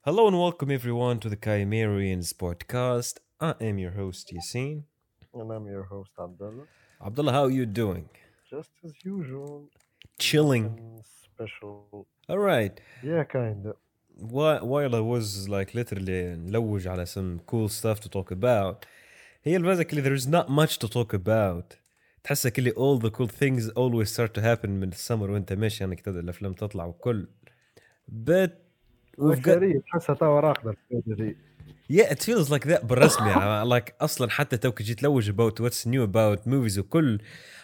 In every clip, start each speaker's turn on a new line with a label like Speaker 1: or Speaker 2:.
Speaker 1: Hello and welcome everyone to the Chimerians podcast. I am your host Yassine.
Speaker 2: And I'm your host Abdullah.
Speaker 1: Abdullah, how are you doing?
Speaker 2: Just as usual.
Speaker 1: Chilling.
Speaker 2: nothing Special.
Speaker 1: All right.
Speaker 2: Yeah, kinda.
Speaker 1: Whi- While I was like literally نلوج على some cool stuff to talk about, هي الفكرة اللي there is not much to talk about. تحسك اللي all the cool things always start to happen من السمر وانت ماشي انك تبدا الافلام تطلع وكل. But we've got
Speaker 2: الأكثرية تحسها توا راقدة الحاجة دي.
Speaker 1: Yeah, it feels like that بالرسمي يعني like اصلا حتى توك جيت لوج about what's new about movies وكل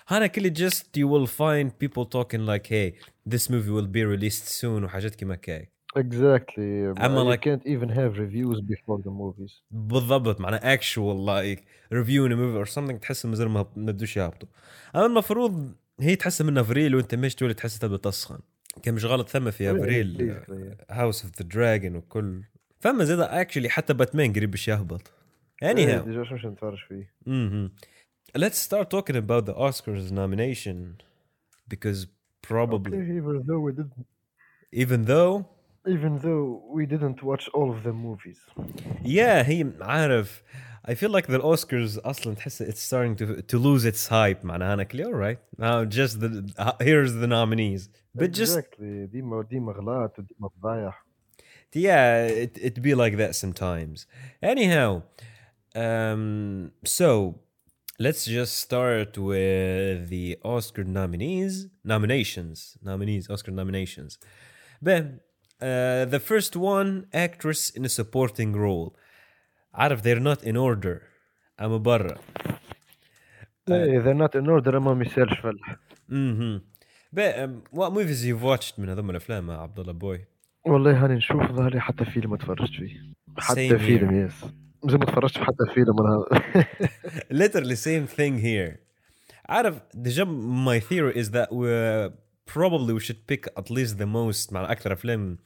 Speaker 1: هذا كله just you will find people talking like hey this movie will be released soon وحاجات كيما كيك
Speaker 2: Exactly. Um,
Speaker 1: أما
Speaker 2: you
Speaker 1: like-
Speaker 2: can't even have reviews before the movies.
Speaker 1: بالضبط معناه actual like reviewing a movie or something تحس مازال ما ما بدوش يهبطوا اما المفروض هي تحس من افريل وانت مش تولي تحس تبدا تسخن كان مش غلط ثم في افريل
Speaker 2: Basically.
Speaker 1: هاوس اوف ذا دراجون وكل فما زاد اكشلي حتى باتمان قريب باش يهبط anyhow
Speaker 2: إيه، ديجا شو باش نتفرج فيه؟
Speaker 1: hmm Let's start talking about the Oscars nomination because probably,
Speaker 2: Okay, even though we didn't
Speaker 1: even though,
Speaker 2: even though we didn't watch all of the movies.
Speaker 1: yeah, he عارف. I feel like the Oscars اصلا تحس it's starting to to lose its hype معناها انا كلي all right now just the uh, here's the nominees but just
Speaker 2: exactly. ديما ديما غلط وديما فضايح.
Speaker 1: yeah it it be like that sometimes anyhow um so let's just start with the oscar nominees nominations nominees oscar nominations ben uh, the first one actress in a supporting role عارف they're not in order اما برا
Speaker 2: إيه، they're not in order أما ما يسالش فلح.
Speaker 1: اها Mm-hmm. um, what movies you've watched من هذوما الافلام يا عبد الله بوي
Speaker 2: والله هاني نشوف ظهري حتى فيلم ما تفرجت فيه.
Speaker 1: Same
Speaker 2: حتى
Speaker 1: here.
Speaker 2: فيلم يس. مازال ما تفرجتش في حتى فيلم انا
Speaker 1: literally same thing here out of the job my theory is that we probably we should pick at least the most مع اكثر افلام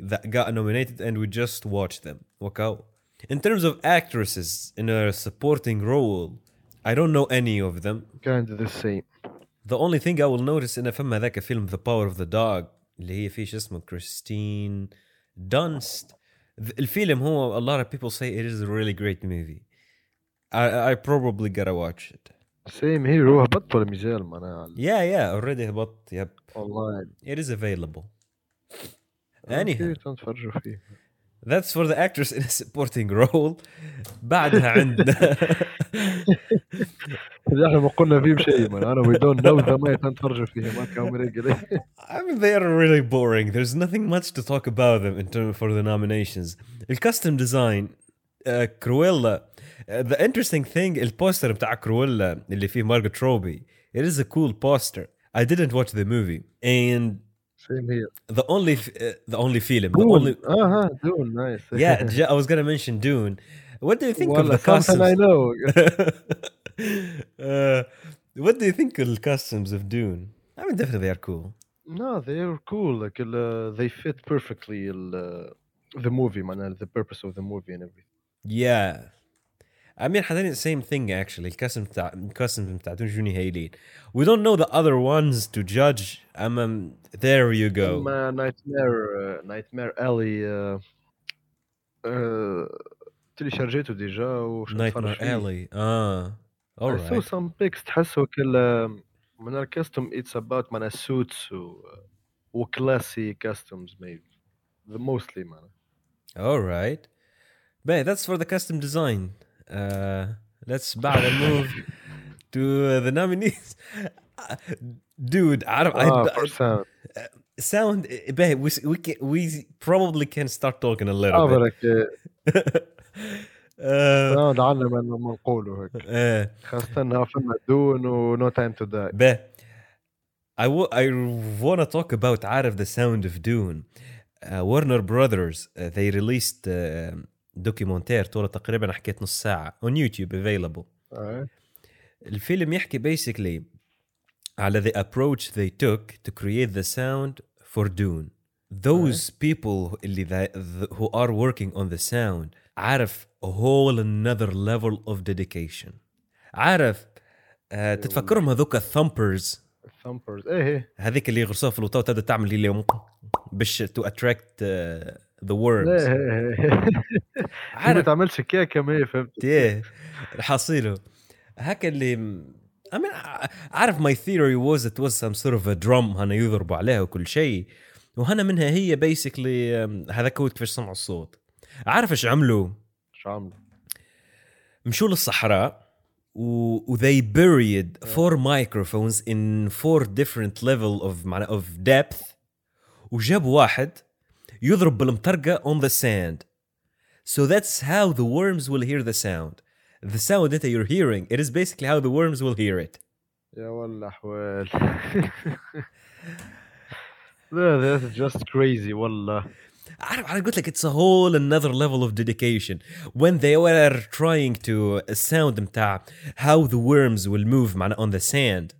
Speaker 1: that got nominated and we just watch them وكاو in terms of actresses in a supporting role I don't know any of them
Speaker 2: kind of the same.
Speaker 1: the only thing I will notice in فما ذاك فيلم The Power of the Dog اللي هي فيه شو اسمه كريستين دانست ذ- الفيلم هو a lot of people say it is a really great movie I, I probably gotta watch it
Speaker 2: سيم هير هو هبط ولا مازال معناها
Speaker 1: Yeah, yeah, already هبط yep.
Speaker 2: اونلاين
Speaker 1: It is available. Anyhow,
Speaker 2: تنتفرجوا فيه
Speaker 1: that's for the actress in a supporting role. بعدها عندنا
Speaker 2: إذا احنا ما قلنا فيه شيء معناها انا وي دونت نو ذا ما تنتفرجوا فيه ما كاميرا
Speaker 1: I mean, they are really boring. There's nothing much to talk about them in terms for the nominations. The custom design, uh, Cruella. Uh, the interesting thing, the poster بتاع Cruella اللي فيه Margot Robbie. It is a cool poster. I didn't watch the movie, and
Speaker 2: سيم هير
Speaker 1: the only f- uh, the only film, the
Speaker 2: دون
Speaker 1: only
Speaker 2: اه ها دون نايس
Speaker 1: yeah, J- I was gonna mention Dune. What do you think of
Speaker 2: والله
Speaker 1: the
Speaker 2: something I
Speaker 1: customs?
Speaker 2: know
Speaker 1: uh, what do you think of the customs of Dune? I mean, definitely they are cool.
Speaker 2: no they are cool like uh, they fit perfectly uh, the movie معناها the purpose of the movie and everything
Speaker 1: Yeah. I mean, حتى same thing actually. الكاستم بتاع الكاستم بتاع Dune جوني هايلين. We don't know the other ones to judge. Um, um, there you go.
Speaker 2: اما نايتمير نايتمير الي تيليشارجيته uh, ديجا
Speaker 1: Nightmare
Speaker 2: وش نتفرج فيه
Speaker 1: Alley. Ah, all
Speaker 2: I saw
Speaker 1: right.
Speaker 2: some pics تحسوا كل um, من الكاستوم it's about من suits و وكلاسي كاستومز maybe the mostly man
Speaker 1: All right. But that's for the custom design. Uh, let's بعد move to uh, the nominees. Dude, I don't.
Speaker 2: ah
Speaker 1: I,
Speaker 2: for sound
Speaker 1: sound, babe, we, we, can, we probably can start talking a little
Speaker 2: عبرك
Speaker 1: bit. uh,
Speaker 2: sound عنا ما ما نقولوا هيك
Speaker 1: uh,
Speaker 2: خاصة فما دون و no time to die
Speaker 1: Beh, I want to talk about Out of the Sound of Dune. Uh, Warner Brothers, uh, they released uh, دوكيومنتير طوله تقريبا حكيت نص ساعة on YouTube available.
Speaker 2: Alright.
Speaker 1: الفيلم يحكي basically على the approach they took to create the sound for Dune. Those people اللي ذا- th- who are working on the sound عارف a whole another level of dedication. عارف آه، تتفكرهم هذوك الثمبرز
Speaker 2: thumpers ايه ايه
Speaker 1: هذيك اللي غرسها في الوطاء وتبدا تعمل لي اليوم باش تو اتراكت ذا
Speaker 2: إيه
Speaker 1: ورمز
Speaker 2: إيه إيه. ما
Speaker 1: عارف
Speaker 2: تعملش كيكه ما هي فهمت
Speaker 1: ايه حاصيله هكا اللي I mean, I- عارف my theory was it was some sort of a drum هنا يضربوا عليها وكل شيء وهنا منها هي basically um, هذاك هو كيفاش صنعوا الصوت عارف ايش عملوا
Speaker 2: شو عامله
Speaker 1: مشوا للصحراء و و they buried
Speaker 2: Yeah.
Speaker 1: four microphones in four different level of معناه of depth وجابوا واحد يضرب بالمطرقة on the sand so that's how the worms will hear the sound the sound that you're hearing it is basically how the worms will hear it
Speaker 2: يا ولا احوال لا that's just crazy والله
Speaker 1: عارف انا قلت لك it's a whole another level of dedication when they were trying to sound متاع how the worms will move معناه on the sand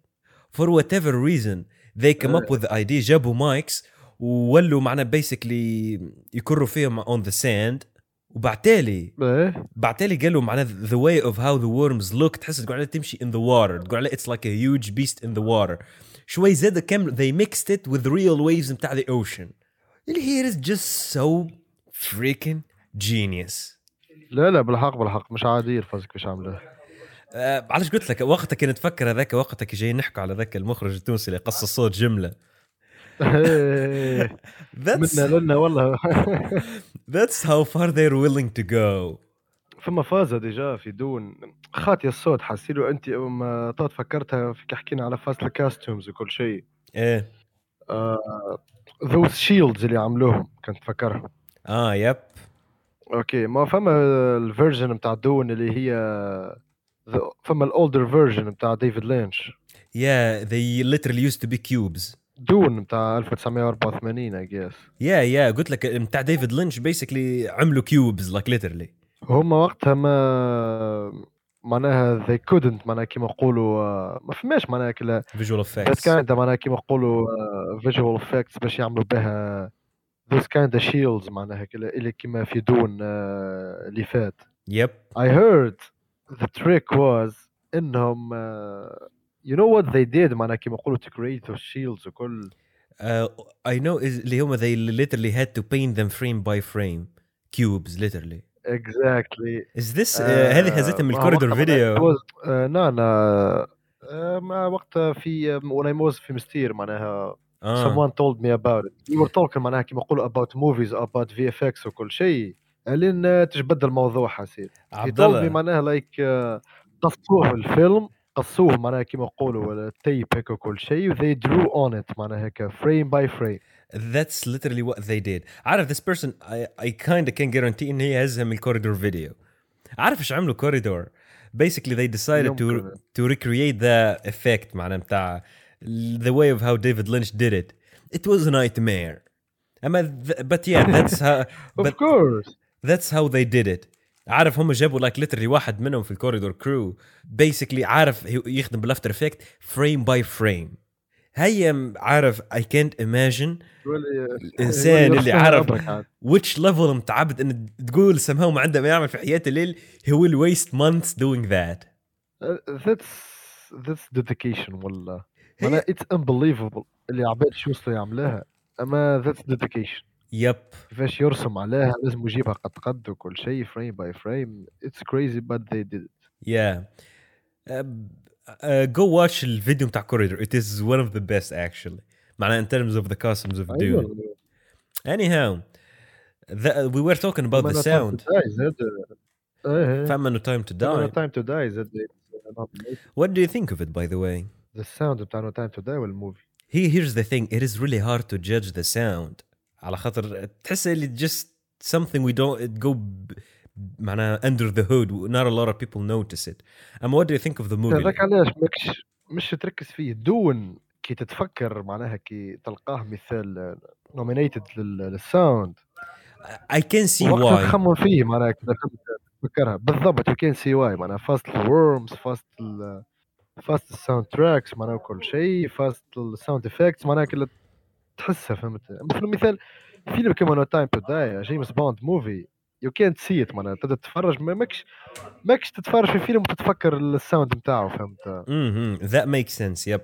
Speaker 1: for whatever reason they came up with the idea جابوا مايكس وولوا معنا basically يكروا فيهم on the sand وبعتالي
Speaker 2: ايه
Speaker 1: بعتالي قالوا معنا the way of how the worms look تحس تقول عليها تمشي in the water تقول عليها it's like a huge beast in the water شوي زاد كمل they mixed it with real waves متاع the ocean اللي هي is just so freaking genius
Speaker 2: لا لا بالحق بالحق مش عادي الفازك كيفاش عامله
Speaker 1: أه علاش قلت لك وقتها كنت نتفكر هذاك وقتها كي جاي نحكوا على ذاك المخرج التونسي اللي قص الصوت جمله that's
Speaker 2: إيه، منا لنا والله
Speaker 1: that's how far they're willing to go
Speaker 2: فما فازة ديجا في دون خاطي الصوت حسيلو انت أما طات فكرتها في كي حكينا على فاز الكاستومز وكل شيء
Speaker 1: ايه
Speaker 2: ذوز شيلدز اللي عملوهم كنت فكرهم
Speaker 1: اه يب
Speaker 2: اوكي ما فما الفيرجن نتاع دون اللي هي ذ- فما الاولدر فيرجن نتاع ديفيد لينش
Speaker 1: yeah they literally used to be cubes
Speaker 2: دون نتاع 1984 اي جيس
Speaker 1: يا يا قلت لك بتاع ديفيد لينش بيسكلي عملوا كيوبز لايك ليترلي
Speaker 2: هما وقتها ما معناها they couldn't معناها كيما نقولوا آه، ما فماش معناها كلا
Speaker 1: فيجوال
Speaker 2: ذات
Speaker 1: افكتس
Speaker 2: كايند معناها كيما نقولوا فيجوال افكتس باش يعملوا بها ذوز كايند شيلدز معناها كلا اللي كيما في دون آه، اللي فات
Speaker 1: يب
Speaker 2: I heard the trick was انهم uh, you know what they did معناها كيما يقولوا to create those shields وكل
Speaker 1: Uh, اي نو اللي هما they literally had to paint them frame by frame cubes literally
Speaker 2: exactly
Speaker 1: is this uh,
Speaker 2: آه،
Speaker 1: هذه هزتها من
Speaker 2: ما هو
Speaker 1: الكوريدور
Speaker 2: وقتها معناها
Speaker 1: فيديو
Speaker 2: it was- آه، لا لا آه، ما وقتها في آه، when I was في مستير معناها
Speaker 1: اه
Speaker 2: someone told me about it we were talking معناها كيما يقولوا about movies about VFX وكل شيء لين آه، تجبد الموضوع حسيت he
Speaker 1: عبد
Speaker 2: told me
Speaker 1: الله
Speaker 2: معناها لايك قصوه الفيلم قصوه معناها كيما نقولوا التيب هكا كل شيء they drew on it معناها هكا frame by frame
Speaker 1: that's literally what they did عارف this person I, I kinda can guarantee ان هي هزها من الكوريدور فيديو عارف ايش عملوا كوريدور basically they decided to
Speaker 2: يمكن
Speaker 1: to recreate the effect معناه متاع the way of how David Lynch did it it was a nightmare اما th- but yeah that's how
Speaker 2: of
Speaker 1: but
Speaker 2: course
Speaker 1: that's how they did it عارف هم جابوا like literally واحد منهم في الكوريدور كرو basically عارف هي- يخدم بالافتر افكت فريم باي فريم هيا عارف I can't imagine
Speaker 2: الولي-
Speaker 1: الانسان
Speaker 2: الولي
Speaker 1: اللي
Speaker 2: يخسرها
Speaker 1: عرف
Speaker 2: آه، أبرك عاد.
Speaker 1: which level متعبد ان تقول somehow ما عنده ما يعمل في حياته الليل he will waste months doing that
Speaker 2: that's that's dedication والله
Speaker 1: هي-
Speaker 2: معناها it's unbelievable اللي عباد شو وصلوا يعملها اما that's dedication
Speaker 1: يب
Speaker 2: كيفاش يرسم عليها لازم يجيبها قد قد وكل شيء frame by frame it's crazy but they did it
Speaker 1: Yeah. Uh, uh, go watch الفيديو بتاع كوريدور. It is one of the best actually. معناها in terms of the customs of Dune.
Speaker 2: أيوة.
Speaker 1: Anyhow, the, we were talking about
Speaker 2: أما
Speaker 1: the
Speaker 2: لا time to
Speaker 1: sound.
Speaker 2: die زاد. إيه.
Speaker 1: فأما no time to
Speaker 2: No
Speaker 1: die.
Speaker 2: Time to Die is that the,
Speaker 1: What do you think of it by the way?
Speaker 2: the sound بتاع No Time to Die والموفي
Speaker 1: He, here's the thing. It is really hard to judge the sound. على خاطر تحس اللي just something we don't it go b- معناها under the hood. Not a lot of people notice it. And what do you think of the movie?
Speaker 2: هذاك علاش ماكش مش تركز فيه دون كي تتفكر معناها كي تلقاه مثال نومينيتد للساوند
Speaker 1: I can see
Speaker 2: وقت
Speaker 1: why.
Speaker 2: تخمم فيه معناها كي تفكرها بالضبط يو كان سي واي معناها فاست الورمز فاست ال- فاست الساوند تراكس معناها كل شيء فاست الساوند افكتس معناها كي تحسها فهمت مثل مثال فيلم كيما نو تايم تو داي جيمس بوند موفي يو كانت سي ات معناها تبدا تتفرج ما- ماكش ماكش تتفرج في فيلم وتتفكر الساوند نتاعو فهمت
Speaker 1: Mm-hmm. That makes sense. Yep.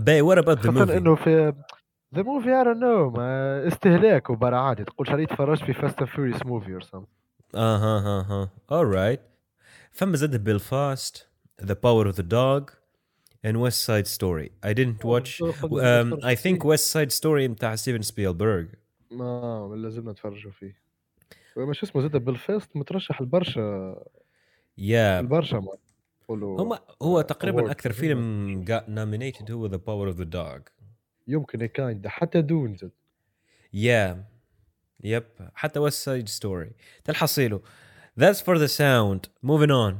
Speaker 1: باي وات اباوت ذا
Speaker 2: خاصة
Speaker 1: موفي
Speaker 2: انه في ذا موفي اي دون نو استهلاك وبرا عادي تقول راني تفرجت في فاست اند فيوريوس موفي اور سام
Speaker 1: اها ها ها alright uh-huh. فما زاد بيلفاست The Power of the Dog and West Side Story I didn't
Speaker 2: Oh,
Speaker 1: watch um, I think West Side Story متاع ستيفن سبيلبرغ
Speaker 2: اه لازمنا نتفرجوا فيه وما شو اسمه زاد بالفاست مترشح لبرشا
Speaker 1: يا
Speaker 2: البرشا ما يقولوا
Speaker 1: هما
Speaker 2: آه،
Speaker 1: هو تقريبا
Speaker 2: awards.
Speaker 1: اكثر فيلم got nominated هو The Power of the Dog
Speaker 2: يمكن كايند حتى دون زاد
Speaker 1: Yeah. Yep. حتى West Side Story. تلحصيله. That's for the sound. Moving on.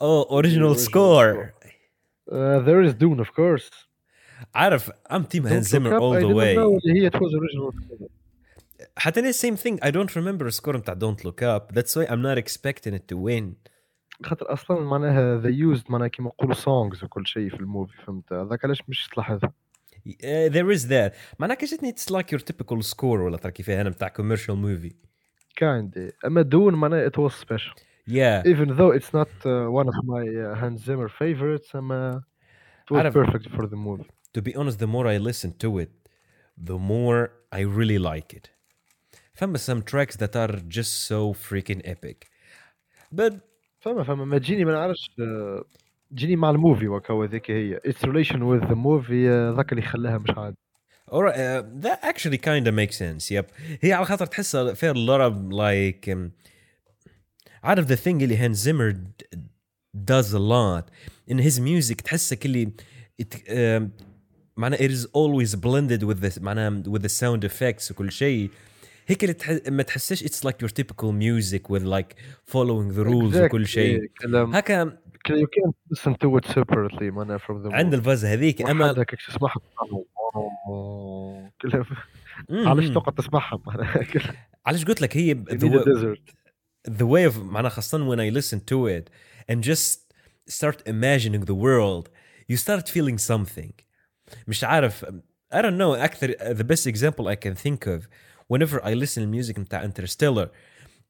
Speaker 1: Oh, original
Speaker 2: Original
Speaker 1: score.
Speaker 2: Uh, there is Dune of course.
Speaker 1: عارف I'm team Hans
Speaker 2: Don't Look
Speaker 1: Zimmer
Speaker 2: Up,
Speaker 1: all
Speaker 2: I
Speaker 1: the
Speaker 2: didn't know
Speaker 1: way.
Speaker 2: اللي هي it was original.
Speaker 1: حتى أنا same thing I don't remember السكور بتاع Don't Look Up. That's why I'm not expecting it to win.
Speaker 2: خاطر اصلا معناها they used معناها كيما نقولوا songs وكل شيء في الموفي فهمت هذاك علاش مش تلاحظ
Speaker 1: Uh, there is that. معناها كجتني it's like your typical score ولا ترى كيفاه أنا بتاع commercial movie.
Speaker 2: كايند اما دون معناها it was special
Speaker 1: Yeah.
Speaker 2: even though it's not uh, one of my uh, Hans Zimmer favorites اما it was
Speaker 1: عارف.
Speaker 2: perfect for the movie
Speaker 1: to be honest, the more I listen to it, the more I really like it. فما some tracks that are just so freaking epic. But
Speaker 2: فما فما ما تجيني ما نعرفش uh, تجيني مع الموفي وكا هذيك هي its relation with the movie uh, ذاك اللي خلاها مش عادي
Speaker 1: or uh, that actually kind of makes sense. Yep. هي على خاطر تحسها فيها a lot of like um, out of the thing اللي Hans Zimmer d- does a lot in his music تحسك اللي it um, معناها it is always blended with the معناها with the sound effects وكل شيء هيك اللي تح... ما تحسش it's like your typical music with like following the rules
Speaker 2: Exactly.
Speaker 1: وكل شيء
Speaker 2: كلام
Speaker 1: هكا
Speaker 2: you can't listen to it separately معناها from the movie
Speaker 1: عند الفازة هذيك اما
Speaker 2: وحدك كيش تسمعها كلام
Speaker 1: مم.
Speaker 2: علاش تقعد تسمعها معناها
Speaker 1: علاش قلت لك هي
Speaker 2: You need a desert.
Speaker 1: the way of معناها خاصة when I listen to it and just start imagining the world you start feeling something مش عارف I don't know أكثر the best example I can think of whenever I listen to music متاع Interstellar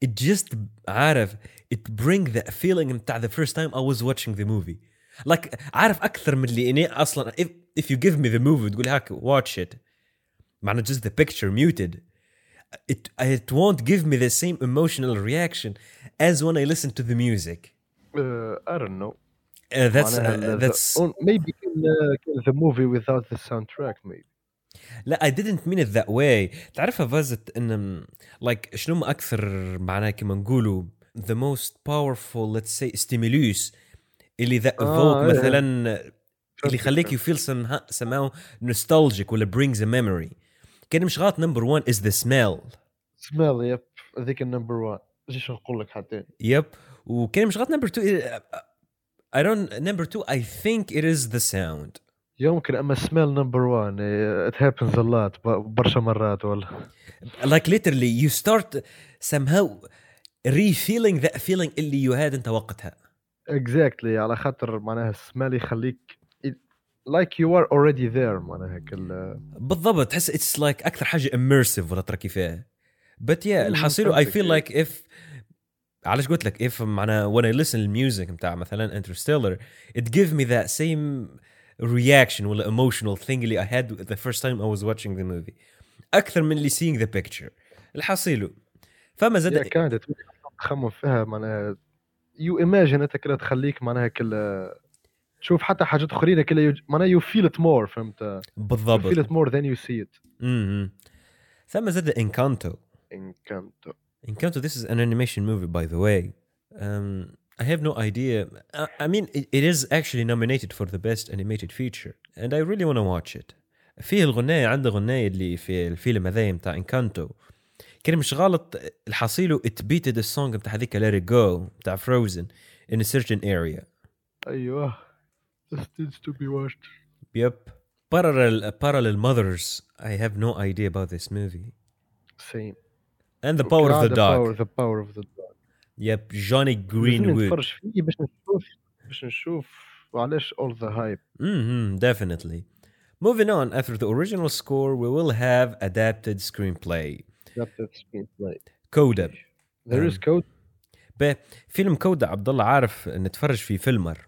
Speaker 1: it just عارف it bring that feeling متاع the first time I was watching the movie like عارف أكثر من اللي إني أصلا if, if you give me the movie تقول هاك watch it معناها just the picture muted it it won't give me the same emotional reaction as when I listen to the music.
Speaker 2: Uh, I don't know.
Speaker 1: Uh, that's
Speaker 2: معناها
Speaker 1: uh,
Speaker 2: ال-
Speaker 1: that's.
Speaker 2: the- or maybe in, uh, in the movie without the soundtrack maybe.
Speaker 1: لا I didn't mean it that way. تعرفها فازت ان like شنو ما اكثر معناها كما نقولوا the most powerful let's say stimulus اللي that
Speaker 2: آه،
Speaker 1: evoke
Speaker 2: إيه.
Speaker 1: مثلا اللي يخليك you feel somehow, somehow nostalgic ولا brings a memory. كان مش غلط number one is the smell.
Speaker 2: smell يب هذيك النمبر 1 جيش نقول لك حتى
Speaker 1: Yep. وكان مش غلط number two uh, I don't number two I think it is the sound.
Speaker 2: يمكن اما smell number 1 it happens a lot ب- برشا مرات والله
Speaker 1: Like literally you start somehow re-feeling that feeling اللي you had انت وقتها.
Speaker 2: exactly على خاطر معناها smell يخليك it- like you are already there معناها كل
Speaker 1: بالضبط تحس it's like اكثر حاجه immersive ولا ترى كيفاه. But yeah الحصيل I
Speaker 2: فهمتك.
Speaker 1: feel like if علاش قلت لك if معناها when I listen للميوزك متاع مثلا Interstellar it give me that same reaction ولا emotional thing اللي I had the first time I was watching the movie. اكثر من اللي seeing the picture. الحصيل فما زاد
Speaker 2: yeah, kind of تخمم فيها معناها you imagine انت كلا تخليك معناها كل تشوف حتى حاجات اخرين كلا يج- معناها you feel it more فهمت you
Speaker 1: بالضبط.
Speaker 2: feel it more than you see it
Speaker 1: امم ثم زاد انكانتو
Speaker 2: Encanto.
Speaker 1: انكانتو this is an animation movie by the way um, I have no idea I, I mean it, it is actually nominated for the best animated feature and I really want to watch it فيه الغناية عنده غناية اللي في الفيلم هذايا متاع انكانتو كان مش غلط الحصيله it beated the song متاع هذيك let it go متاع frozen in a certain area
Speaker 2: ايوه This needs to be watched.
Speaker 1: yep parallel parallel mothers I have no idea about this movie
Speaker 2: Same.
Speaker 1: and the power of the
Speaker 2: وكرا- Power,
Speaker 1: dog
Speaker 2: Ah, the power of the dog.
Speaker 1: yep Johnny
Speaker 2: لازم
Speaker 1: Greenwood
Speaker 2: نتفرج فيه إيه، باش نشوف باش نشوف وعلاش all the hype.
Speaker 1: Mm-hmm, definitely. Moving on, after the original score, we will have adapted screenplay.
Speaker 2: That, that's been like.
Speaker 1: كودا
Speaker 2: There is code.
Speaker 1: ب- فيلم كودا عبد الله عارف نتفرج في فيلمر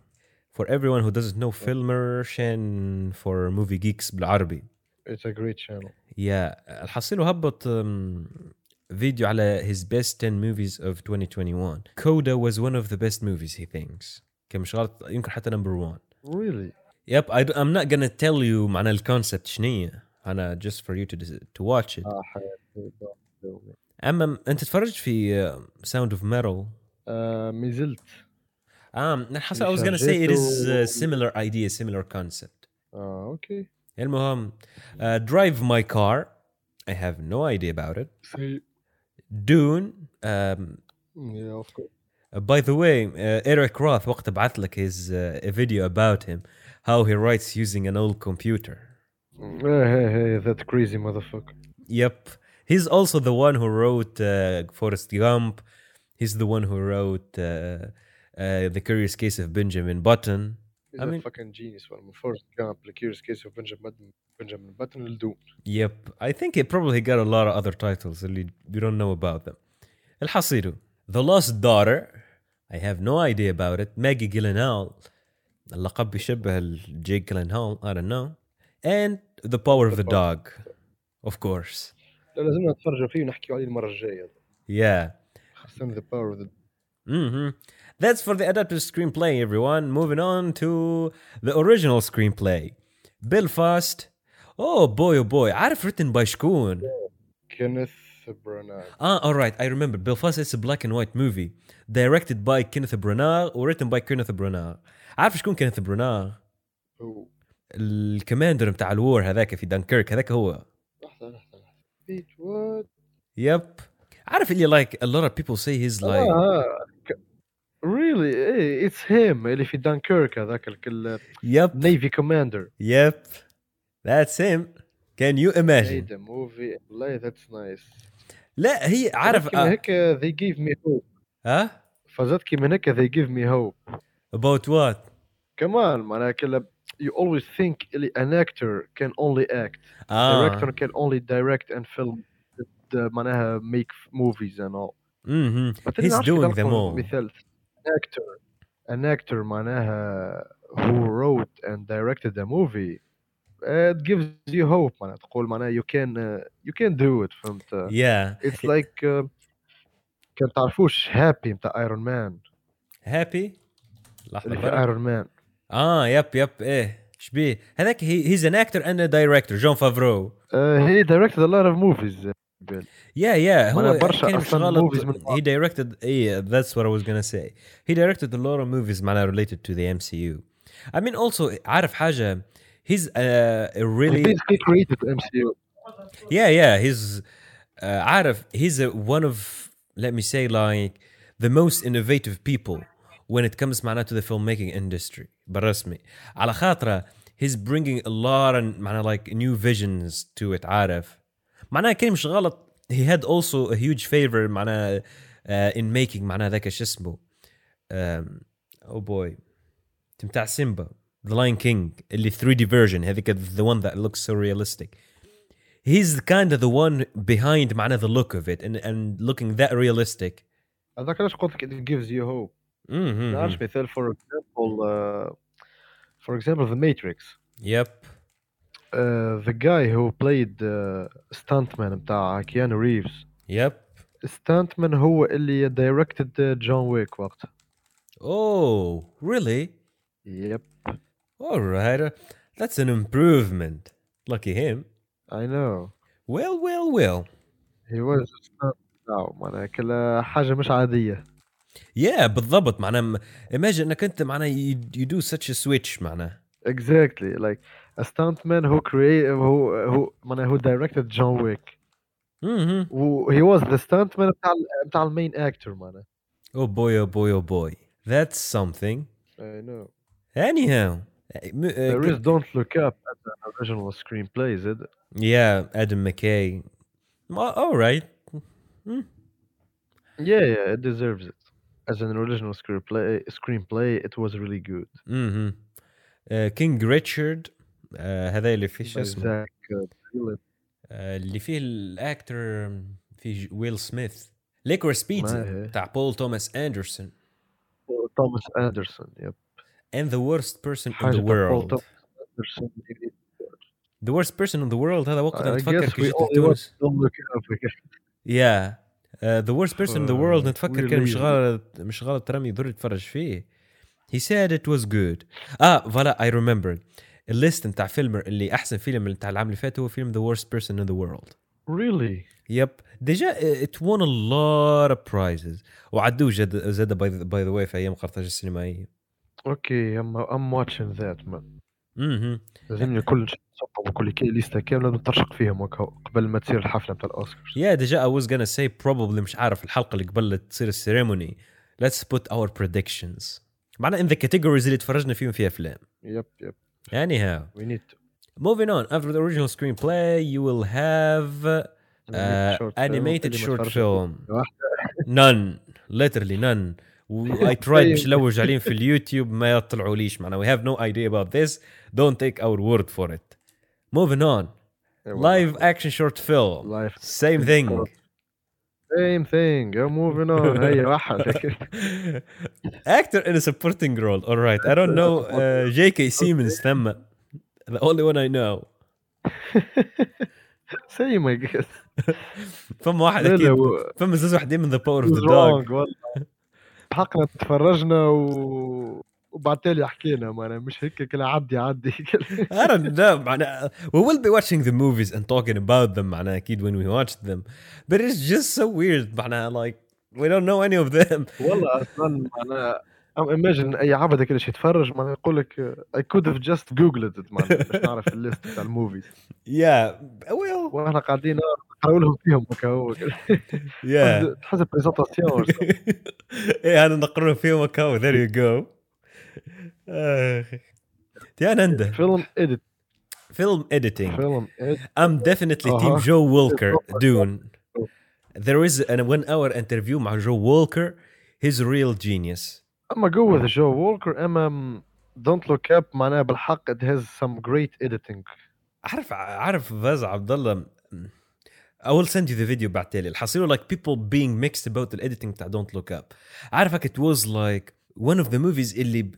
Speaker 1: for everyone who doesn't know فيلمر شان for movie geeks بالعربي
Speaker 2: It's a great channel.
Speaker 1: يا حصيله هبط um, فيديو على his best 10 movies of 2021 Coda was one of the best movies he thinks كان مش غلط يمكن حتى number 1
Speaker 2: Really?
Speaker 1: Yep, I, I'm not gonna tell you معنى الكونسبت شنية أنا just for you to to watch it
Speaker 2: اه حياتي don't do me.
Speaker 1: أما أنت تفرجت في uh, Sound of Metal
Speaker 2: آه، ما زلت
Speaker 1: Um, حصل I was gonna say it is
Speaker 2: شغلته-
Speaker 1: uh, similar idea similar concept
Speaker 2: اه اوكي
Speaker 1: المهم uh, Drive My Car I have no idea about it
Speaker 2: سي
Speaker 1: Dune um,
Speaker 2: يا اوف كورس
Speaker 1: Uh, By the way, uh, Eric Roth وقت بعت لك his uh, a video about him how he writes using an old computer.
Speaker 2: Hey, hey, that crazy motherfucker.
Speaker 1: Yep, he's also the one who wrote uh, Forrest Gump. He's the one who wrote uh, uh, the Curious Case of Benjamin Button.
Speaker 2: He's
Speaker 1: I
Speaker 2: I
Speaker 1: mean-
Speaker 2: mean, a fucking genius one. First Gump, The Curious Case of Benjamin Button, Benjamin Button الدون.
Speaker 1: Yep, I think he probably got a lot of other titles and you you don't know about them. الحصيلو The Lost Daughter. I have no idea about it. Maggie Gyllenhaal. اللقب بيشبه Jake Gyllenhaal. I don't know. And The Power of the
Speaker 2: The Power.
Speaker 1: Dog. Of course.
Speaker 2: لا لازم نتفرجوا فيه ونحكي عليه المرة الجاية.
Speaker 1: Yeah.
Speaker 2: خاصة ذا باور ذا
Speaker 1: hmm That's for the adaptive screenplay, everyone. Moving on to the original screenplay. Belfast. Oh boy, oh boy. عارف written by شكون؟
Speaker 2: كينيث براناغ.
Speaker 1: Ah, all right. I remember. Belfast is a black and white movie directed by Kenneth Branagh or written by Kenneth Branagh. عارف شكون Kenneth Branagh؟
Speaker 2: هو
Speaker 1: الكماندر بتاع الوور هذاك في دانكيرك هذاك هو.
Speaker 2: لحظة لحظة لحظة. بيت وات؟
Speaker 1: Yep. عارف اللي like a lot of people say he's like
Speaker 2: اه ريلي ايه اتس هيم اللي في دانكيرك هذاك
Speaker 1: yep
Speaker 2: النيفي كوماندر.
Speaker 1: yep that's him. Can you imagine?
Speaker 2: made a movie. والله that's nice.
Speaker 1: لا هي عارف آه.
Speaker 2: فزت كيما هيك they give me hope.
Speaker 1: ها
Speaker 2: فازت كيما هيك they give me hope.
Speaker 1: about what?
Speaker 2: كمان معناها كلا you always think اللي an actor can only act.
Speaker 1: اه
Speaker 2: Director can only direct and film. uh, معناها make movies and all.
Speaker 1: mm
Speaker 2: But
Speaker 1: he's
Speaker 2: نعرفش كي
Speaker 1: doing them
Speaker 2: نعرفهم
Speaker 1: all.
Speaker 2: مثال an actor an actor معناها who wrote and directed a movie uh, it gives you hope معناها تقول معناها you can uh, you can do it فهمت
Speaker 1: Yeah.
Speaker 2: it's like uh, كان تعرفوش هابي متاع ايرون مان
Speaker 1: Happy. Ah, لحظة
Speaker 2: اللي في
Speaker 1: برا.
Speaker 2: ايرون مان
Speaker 1: اه يب يب ايه Eh, شبيه هذاك هي هيز ان اكتر اند دايركتور جون فافرو
Speaker 2: هي Uh, directed a lot of movies
Speaker 1: يا يا
Speaker 2: وأنا
Speaker 1: هو
Speaker 2: برشا
Speaker 1: كان مش
Speaker 2: أصلاً
Speaker 1: غلط
Speaker 2: movies من بعض.
Speaker 1: he directed ايه that's what I was gonna say he directed a lot of movies معناها related to the MCU I mean also عارف حاجة he's a, a really
Speaker 2: really basically created MCU
Speaker 1: yeah yeah he's uh, عارف he's a, one of let me say like the most innovative people when it comes معناها to the filmmaking industry بالرسمي على خاطره he's bringing a lot of معناها like new visions to it عارف معناها كان مش غلط he had also a huge favor معناها uh, in making معناها ذاك شو اسمه um, oh boy تمتاع سيمبا The Lion King اللي 3D version هذيك the one that looks so realistic he's kind of the one behind معنى the look of it and, and looking that realistic
Speaker 2: هذاك علاش قلت لك it gives you hope نعرفش
Speaker 1: mm-hmm.
Speaker 2: مثال for example uh, for example the Matrix
Speaker 1: yep
Speaker 2: uh, the guy who played uh, stuntman بتاع كيانو ريفز
Speaker 1: yep
Speaker 2: stuntman هو اللي directed جون ويك وقتها
Speaker 1: oh really
Speaker 2: يب
Speaker 1: all right Uh, that's an improvement lucky him
Speaker 2: I know
Speaker 1: well well well
Speaker 2: he was a stunt now معناها كلا حاجة مش عادية
Speaker 1: yeah بالضبط معناه م- um, imagine انك انت معناه you, you do such a switch معناه
Speaker 2: exactly like a stuntman who create who who معناها who directed جون ويك
Speaker 1: mm-hmm.
Speaker 2: و he was the stuntman بتاع ال- بتاع المين actor معناها
Speaker 1: oh boy oh boy oh boy that's something
Speaker 2: I know
Speaker 1: anyhow م-
Speaker 2: there
Speaker 1: uh,
Speaker 2: is don't look up at the original screenplay is it
Speaker 1: yeah Adam McKay Well, all right
Speaker 2: Yeah, yeah, it deserves it. As an original screenplay, screenplay, it was really good.
Speaker 1: اها آه، كينج ريتشارد آه، هذا اللي فيه شو
Speaker 2: By
Speaker 1: اسمه
Speaker 2: Zach, uh, Dylan.
Speaker 1: آه، اللي فيه الاكتر في ويل سميث ليكور
Speaker 2: ما
Speaker 1: بيتزا
Speaker 2: هي.
Speaker 1: تاع بول توماس اندرسون
Speaker 2: Oh, Thomas Anderson. Yep.
Speaker 1: and the worst person in
Speaker 2: حاجة
Speaker 1: the
Speaker 2: تقول
Speaker 1: world
Speaker 2: تقول ترسم لي.
Speaker 1: the worst person in the world هذا وقت
Speaker 2: I
Speaker 1: نتفكر
Speaker 2: guess
Speaker 1: كي
Speaker 2: we
Speaker 1: جيت
Speaker 2: only want
Speaker 1: لتونس
Speaker 2: to look Africa.
Speaker 1: يا ذا worst person in آه، the world
Speaker 2: Uh,
Speaker 1: نتفكر
Speaker 2: we
Speaker 1: كان
Speaker 2: leave.
Speaker 1: مش غلط مش غلط رامي يضر يتفرج فيه he said it was good اه فوالا I remembered الليست نتاع فيلم اللي احسن فيلم نتاع العام اللي فات هو فيلم the worst person in the world
Speaker 2: Really?
Speaker 1: يب ديجا ات وون ا لوت اوف برايزز وعدوه زاد زاد باي ذا واي في ايام قرطاج السينمائيه
Speaker 2: Okay, I'm, I'm watching that man.
Speaker 1: اها
Speaker 2: لازمني كل شيء نشوفه وكل كي ليستا كامله نترشق فيهم هكا قبل ما تصير الحفله نتاع الاوسكار
Speaker 1: يا ديجا اي واز gonna سي بروبلي مش عارف الحلقه اللي قبل تصير السيريموني ليتس بوت اور بريدكشنز معناها ان ذا كاتيجوريز اللي تفرجنا فيهم فيها افلام
Speaker 2: يب يب
Speaker 1: anyhow
Speaker 2: وي نيد
Speaker 1: moving on after the original screenplay you will have uh, animated short film
Speaker 2: واحدة.
Speaker 1: none literally none و- I tried باش نلوج عليهم في اليوتيوب ما يطلعوليش معناها we have no idea about this don't take our word for it moving on live action short film
Speaker 2: لايف
Speaker 1: same thing
Speaker 2: سيم ثينج يا موفين اون هيا وحدك
Speaker 1: actor in a supporting role all right I don't know uh, JK Siemens ثم the only one I know
Speaker 2: سيم اي جيس
Speaker 1: فما واحد
Speaker 2: لا لا
Speaker 1: اكيد
Speaker 2: هو-
Speaker 1: فما زوز واحدين من ذا باور اوف ذا دوغ
Speaker 2: رونج والله حقنا تفرجنا و وبعد تالي حكينا معناها مش هيك كلا عدي عدي كلا.
Speaker 1: I don't know معناها we will be watching the movies and talking about them معناها اكيد when we watch them but it's just so weird معناها like we don't know any of them
Speaker 2: والله اصلا معناها ام ايماجن اي عبد كل شيء يتفرج معناها يقول لك اي كود هاف جاست جوجلد معناها باش نعرف الليست تاع الموفيز
Speaker 1: yeah well
Speaker 2: واحنا قاعدين نقراو لهم فيهم هكا هو
Speaker 1: yeah
Speaker 2: تحس بريزونتاسيون
Speaker 1: ايه انا نقرن فيهم اكاو there you go Uh, آخ. يا ننده
Speaker 2: فيلم اديت
Speaker 1: فيلم editing
Speaker 2: فيلم اديت
Speaker 1: I'm definitely team
Speaker 2: Uh-huh.
Speaker 1: Joe Walker,
Speaker 2: Yeah,
Speaker 1: Dune. There is a one hour interview مع Joe Walker. He's a real genius.
Speaker 2: اما جو وذ جو وولكر اما دونت لوك اب معناها بالحق ات هاز سم جريت اديتنج
Speaker 1: عارف عارف فاز عبد الله I will send you the video بعد تالي الحصيله like people being mixed about the editing بتاع Don't Look Up عارفك it was like one of the movies اللي ب-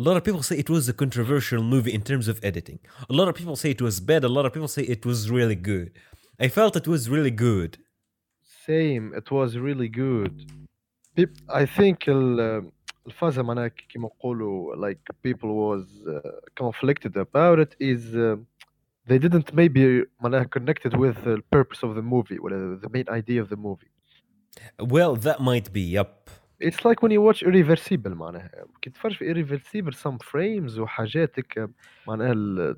Speaker 1: a lot of people say it was a controversial movie in terms of editing a lot of people say it was bad a lot of people say it was really good I felt it was really good
Speaker 2: سيم ات واز ريلي جود اي ثينك الفازة معناها كي- um, كيما نقولوا لايك بيبل واز كونفليكتد اباوت ات از um, they didn't maybe معناها connected with the purpose of the movie ولا the main idea of the movie
Speaker 1: well that might be yup
Speaker 2: It's like when you watch Irreversible معناها كي تتفرج في Irreversible some frames وحاجات هيك معناها ال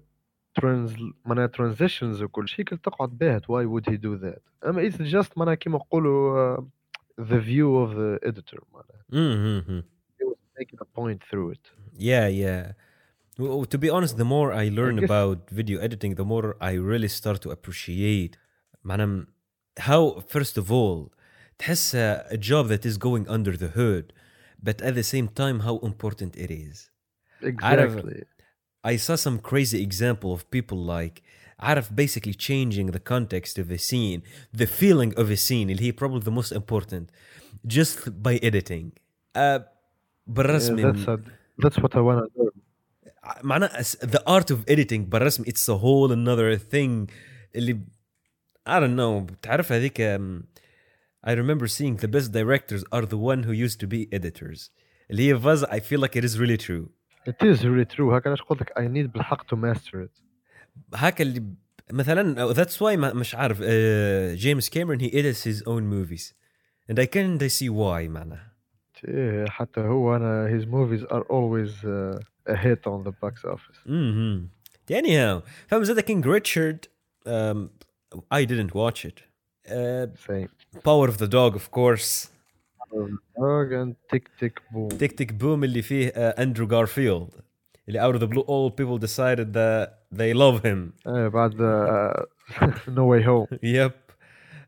Speaker 2: trans معناها transitions وكل شيء كنت تقعد باهت why would he do that أما it's just معناها كيما نقولوا uh, the view of the editor معناها
Speaker 1: mm-hmm.
Speaker 2: he was making a point through it
Speaker 1: Yeah, yeah. Well, to be honest, the more I learn
Speaker 2: guess-
Speaker 1: about video editing, the more I really start to appreciate manam how first of all, تحس uh, a job that is going under the hood, but at the same time how important it is.
Speaker 2: exactly
Speaker 1: I saw some crazy example of people like عارف basically changing the context of a scene, the feeling of a scene اللي هي probably the most important just by editing. Uh,
Speaker 2: Yeah,
Speaker 1: بالرسم
Speaker 2: that's, a, that's what I want to learn
Speaker 1: معناها أس- the art of editing بالرسم it's a whole another thing اللي I don't know بتعرف هذيك um, I remember seeing the best directors are the one who used to be editors اللي هي فاز I feel like it is really true
Speaker 2: it is really true هكا علاش قلت لك I need بالحق to master it
Speaker 1: هكا اللي ب- مثلا that's why ما- مش عارف جيمس كاميرون he edits his own movies and I can't see why معناها
Speaker 2: إيه، حتى هو أنا his movies are always uh, a hit on the box office
Speaker 1: اها anyhow فما زاد كينج ريتشارد um, I didn't watch it uh,
Speaker 2: same
Speaker 1: Power of the Dog of course
Speaker 2: Dog and tick tick boom.
Speaker 1: تيك تيك بوم اللي فيه آه، اندرو جارفيلد اللي out of the blue all people decided that they love him
Speaker 2: ايه بعد آه، Eh, uh, No Way Home.
Speaker 1: yep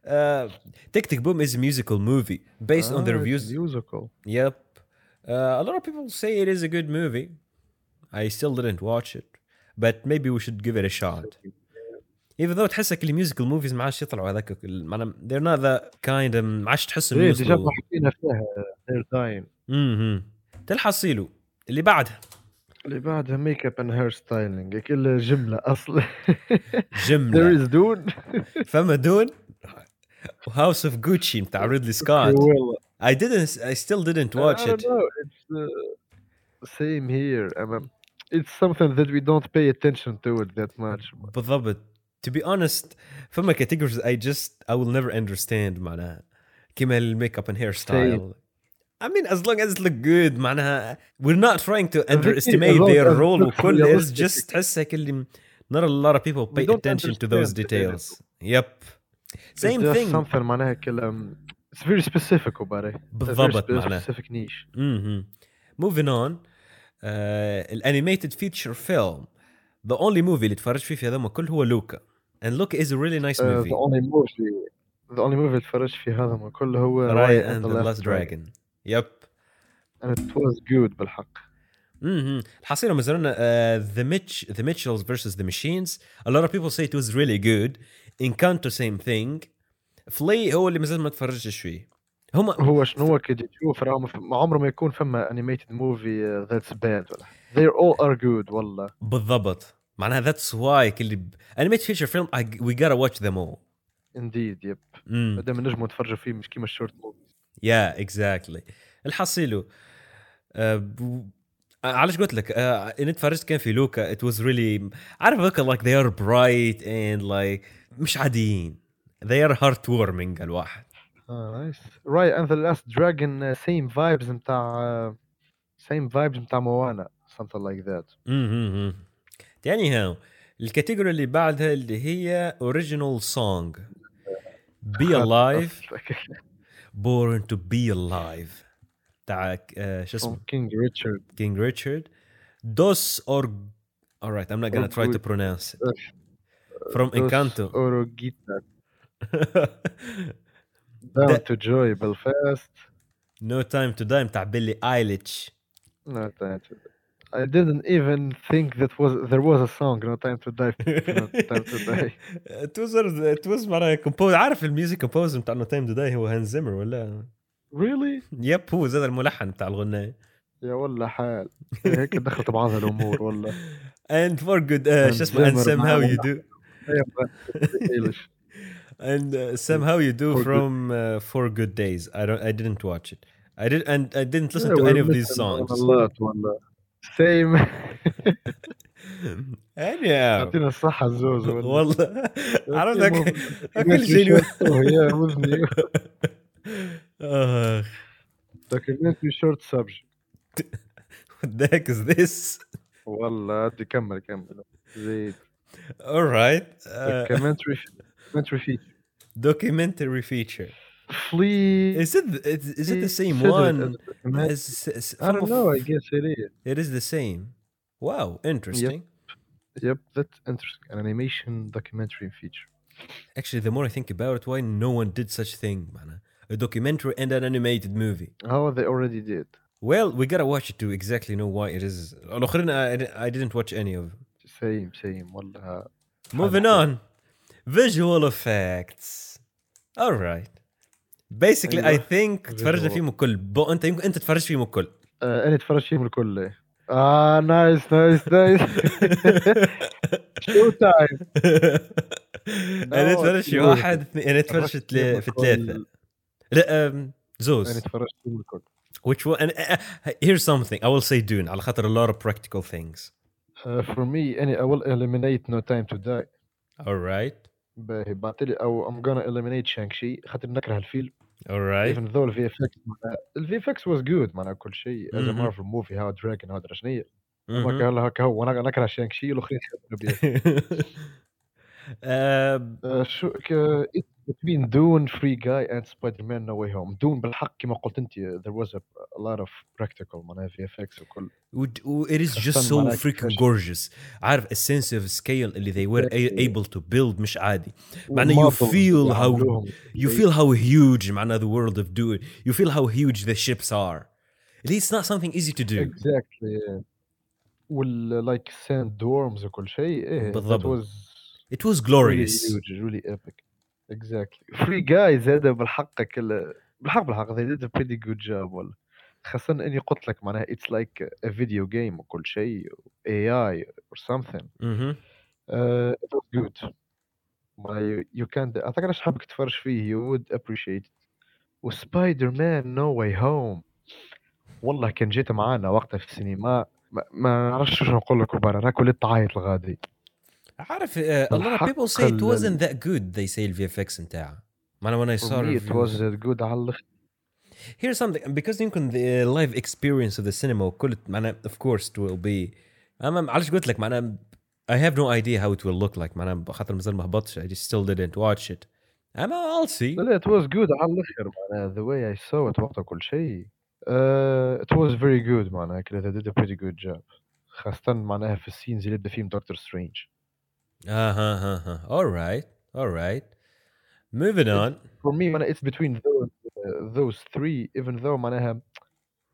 Speaker 1: uh, تيك تيك بوم is a musical movie based on the
Speaker 2: Ah, it's
Speaker 1: reviews
Speaker 2: Musical.
Speaker 1: yep uh, a lot of people say it is a good movie I still didn't watch it but maybe we should give it a shot even though تحسك الميوزيكال موفيز ما عادش يطلعوا هذاك ال- معناها they're not that kind of ما عادش تحسهم
Speaker 2: ايه ديجا
Speaker 1: يوصلوا
Speaker 2: ما حكينا فيها They're Dying.
Speaker 1: اها تلحصيلو اللي بعدها
Speaker 2: اللي بعدها ميك اب اند هير ستايلينج كل جمله اصلا
Speaker 1: جمله
Speaker 2: ذير از دون
Speaker 1: فما دون وهاوس اوف جوتشي بتاع ريدلي سكوت
Speaker 2: والله
Speaker 1: I didn't I still didn't watch
Speaker 2: I
Speaker 1: it
Speaker 2: don't know. It's uh, same here. I mean, it's something that we don't pay attention to it that much.
Speaker 1: بالضبط to be honest فما categories I just I will never understand معناها كيما الميك اب and hair
Speaker 2: طيب.
Speaker 1: style I mean as long as it look good معناها we're not trying to underestimate
Speaker 2: as long
Speaker 1: their
Speaker 2: as it
Speaker 1: role
Speaker 2: looks
Speaker 1: وكل it's
Speaker 2: realistic.
Speaker 1: just تحس هيك اللي not a lot of people
Speaker 2: We
Speaker 1: pay
Speaker 2: don't
Speaker 1: attention to those
Speaker 2: understand the
Speaker 1: details yep same
Speaker 2: it's just
Speaker 1: thing
Speaker 2: Something معناها كل um, it's very specific about it. It's a very
Speaker 1: بالضبط
Speaker 2: spe-
Speaker 1: معناها
Speaker 2: specific niche.
Speaker 1: Mm-hmm. Moving on. Uh, الانيميتد فيتشر فيلم ذا اونلي موفي اللي تفرجت فيه في هذا كل هو لوكا and لوكا از a really nice
Speaker 2: Uh, the
Speaker 1: movie
Speaker 2: only movie the only movie تفرجت في هذا ما كله هو
Speaker 1: Raya and the Last Dragon يب
Speaker 2: and it was good بالحق.
Speaker 1: mm الحصيله مازلنا uh, the Mitch the Mitchells versus the Machines a lot of people say it was really good Encanto same thing Flea هو اللي مازال ما تفرجتش فيه هما
Speaker 2: هو شنو هو كي تشوف راهم ما عمره ما يكون فما animated movie uh, that's bad ولا they all are good والله.
Speaker 1: بالضبط معناها that's why كل animated feature film I, we gotta watch them all
Speaker 2: Indeed yep.
Speaker 1: mm.
Speaker 2: مادام نجموا نتفرجوا فيه مش كيما الشورت موفي.
Speaker 1: يا اكزاكتلي الحصيلو آه، ب- آه، علاش قلت لك آه، اني تفرجت كان في لوكا ات واز ريلي عارف هكا لايك ذي ار برايت اند لايك مش عاديين ذي ار هارت وورمينج الواحد
Speaker 2: نايس راي اند ذا لاست دراجون سيم فايبز نتاع سيم فايبز نتاع موانا something like that
Speaker 1: مهم. تاني هاو الكاتيجوري اللي بعدها اللي هي اوريجينال سونج بي الايف بورن تو بي الايف تاع آه، شو اسمه
Speaker 2: كينج ريتشارد
Speaker 1: King Richard. Dos or all right, I'm not gonna try to
Speaker 2: Orgui-
Speaker 1: pronounce it.
Speaker 2: Uh,
Speaker 1: From
Speaker 2: Oh.
Speaker 1: Encanto.
Speaker 2: اوروجيتا داون
Speaker 1: That-
Speaker 2: تو جوي بلفاست
Speaker 1: no time to die بتاع بيلي ايليتش.
Speaker 2: No time to die. I didn't even think that was there was a song No Time to Die No Time to Die
Speaker 1: it was it was معناها compose عارف الميوزك كومبوز بتاع No Time to Die هو هانز زيمر ولا؟
Speaker 2: really
Speaker 1: يب هو زاد الملحن بتاع الغناية.
Speaker 2: يا والله حال يعني هيك دخلت بعض الامور والله
Speaker 1: And for good uh, شو اسمه
Speaker 2: Hans
Speaker 1: and
Speaker 2: Zimmer
Speaker 1: somehow
Speaker 2: معاه
Speaker 1: you do
Speaker 2: أيوة.
Speaker 1: and uh, somehow you do
Speaker 2: For Good-
Speaker 1: from uh, Four Good Days. I don't I didn't watch it. I did and I didn't listen to any of these songs. Oh.
Speaker 2: والله سيم
Speaker 1: Anyhow.
Speaker 2: يعطينا الصحة الزوز
Speaker 1: والله عرفت هك- هكا
Speaker 2: كل
Speaker 1: الجينيو
Speaker 2: شيء يا وذني
Speaker 1: اخ
Speaker 2: دوكيومنتري شورت سبجكت
Speaker 1: what the heck is this
Speaker 2: والله عاد كمل كمل زيد
Speaker 1: Uh. all right uh,
Speaker 2: دوكيومنتري دوكيومنتري
Speaker 1: documentary
Speaker 2: في
Speaker 1: feature
Speaker 2: فلي
Speaker 1: is it is, is it the same one Is- is- is-
Speaker 2: uh, I don't know I guess it is
Speaker 1: it is the same wow interesting
Speaker 2: yep that's interesting an animation documentary feature
Speaker 1: actually the more I think about it why no one did such thing man a documentary and an animated movie
Speaker 2: how Oh, they already did
Speaker 1: well we gotta watch it to exactly know why it is الاخرين I, I didn't watch any of them
Speaker 2: same same والله
Speaker 1: Moving on. Visual effects. All right. Basically I
Speaker 2: أيوة.
Speaker 1: think تفرجنا
Speaker 2: Visual.
Speaker 1: فيهم الكل بو انت يمكن انت تفرجت فيهم الكل
Speaker 2: آه، انا تفرجت Uh, فيهم الكل اه نايس نايس نايس شو تايم
Speaker 1: انا
Speaker 2: أوه،
Speaker 1: تفرجت في
Speaker 2: أكيد.
Speaker 1: واحد اثنين انا تفرجت في تلا- في ثلاثه لا أم،
Speaker 2: انا
Speaker 1: زوز
Speaker 2: تفرجت فيهم الكل
Speaker 1: which one and, uh, here's something I will say Dune على خاطر a lot of practical things
Speaker 2: Uh, for me any I will eliminate No Time to Die
Speaker 1: all right
Speaker 2: باهي بعتلي او I'm gonna eliminate Shang-Chi خاطر نكره الفيلم
Speaker 1: all right
Speaker 2: even though الفي اف اكس الفي اف اكس was good معناها كل شيء as a
Speaker 1: مهم.
Speaker 2: Marvel movie هاو دراجون هاو درا شنيا
Speaker 1: مهم.
Speaker 2: هكا هلا هكا هو انا نكره Shang-Chi والاخرين يحبوا بيه.
Speaker 1: أم،
Speaker 2: Uh, شو ك- it- between Dune Free Guy and Spider-Man No Way Home Dune بالحق كما قلت انت there was a, a lot of practical معناها في اف اكس وكل
Speaker 1: ود- و- it is just
Speaker 2: أحسن
Speaker 1: so
Speaker 2: ملاك
Speaker 1: freaking
Speaker 2: فشل.
Speaker 1: gorgeous عارف a sense of scale اللي they were a-
Speaker 2: Exactly.
Speaker 1: able to build مش عادي معناها you
Speaker 2: وMarvel
Speaker 1: feel how
Speaker 2: يعملوهم.
Speaker 1: you feel how huge معناها the world of do it you feel how huge the ships are At least it's not something easy to do
Speaker 2: اكزاكتلي وال لايك ساند دورمز وكل شيء ايه
Speaker 1: بالضبط.
Speaker 2: واز
Speaker 1: it was glorious
Speaker 2: ريلي ايبك اكزاكتلي فري جاي زاد بالحق كل بالحق بالحق they did a pretty good job والله خاصة اني قلت لك معناها اتس لايك فيديو جيم وكل شيء اي اي اور something
Speaker 1: مهم.
Speaker 2: uh, it was good معناها you, you can't اعتقد علاش حابك تفرج فيه you would appreciate it وسبايدر مان نو واي هوم والله كان جيت معانا وقتها في السينما ما, ما نعرفش شنو نقول لك برا راك وليت تعيط الغادي
Speaker 1: عارف uh, a lot of people say it wasn't that good they say الفي اف اكس نتاعها ما انا when I saw
Speaker 2: For me, it
Speaker 1: reviews.
Speaker 2: was good على الاخر
Speaker 1: here's something because يمكن the live experience of the cinema وكل معناها of course it will be اما علاش قلت لك معناها I have no idea how it will look like معناها خاطر مازال ما هبطش I just still didn't watch it اما I'll see
Speaker 2: لا لا it was good على الاخر معناها the way I saw it وقتها كل شيء uh, it was very good معناها كده they did a pretty good job خاصة معناها في السينز اللي يبدا فيهم دكتور سترينج
Speaker 1: اها ها ها alright alright moving on
Speaker 2: for me معناها it's between those, uh, those three even though معناها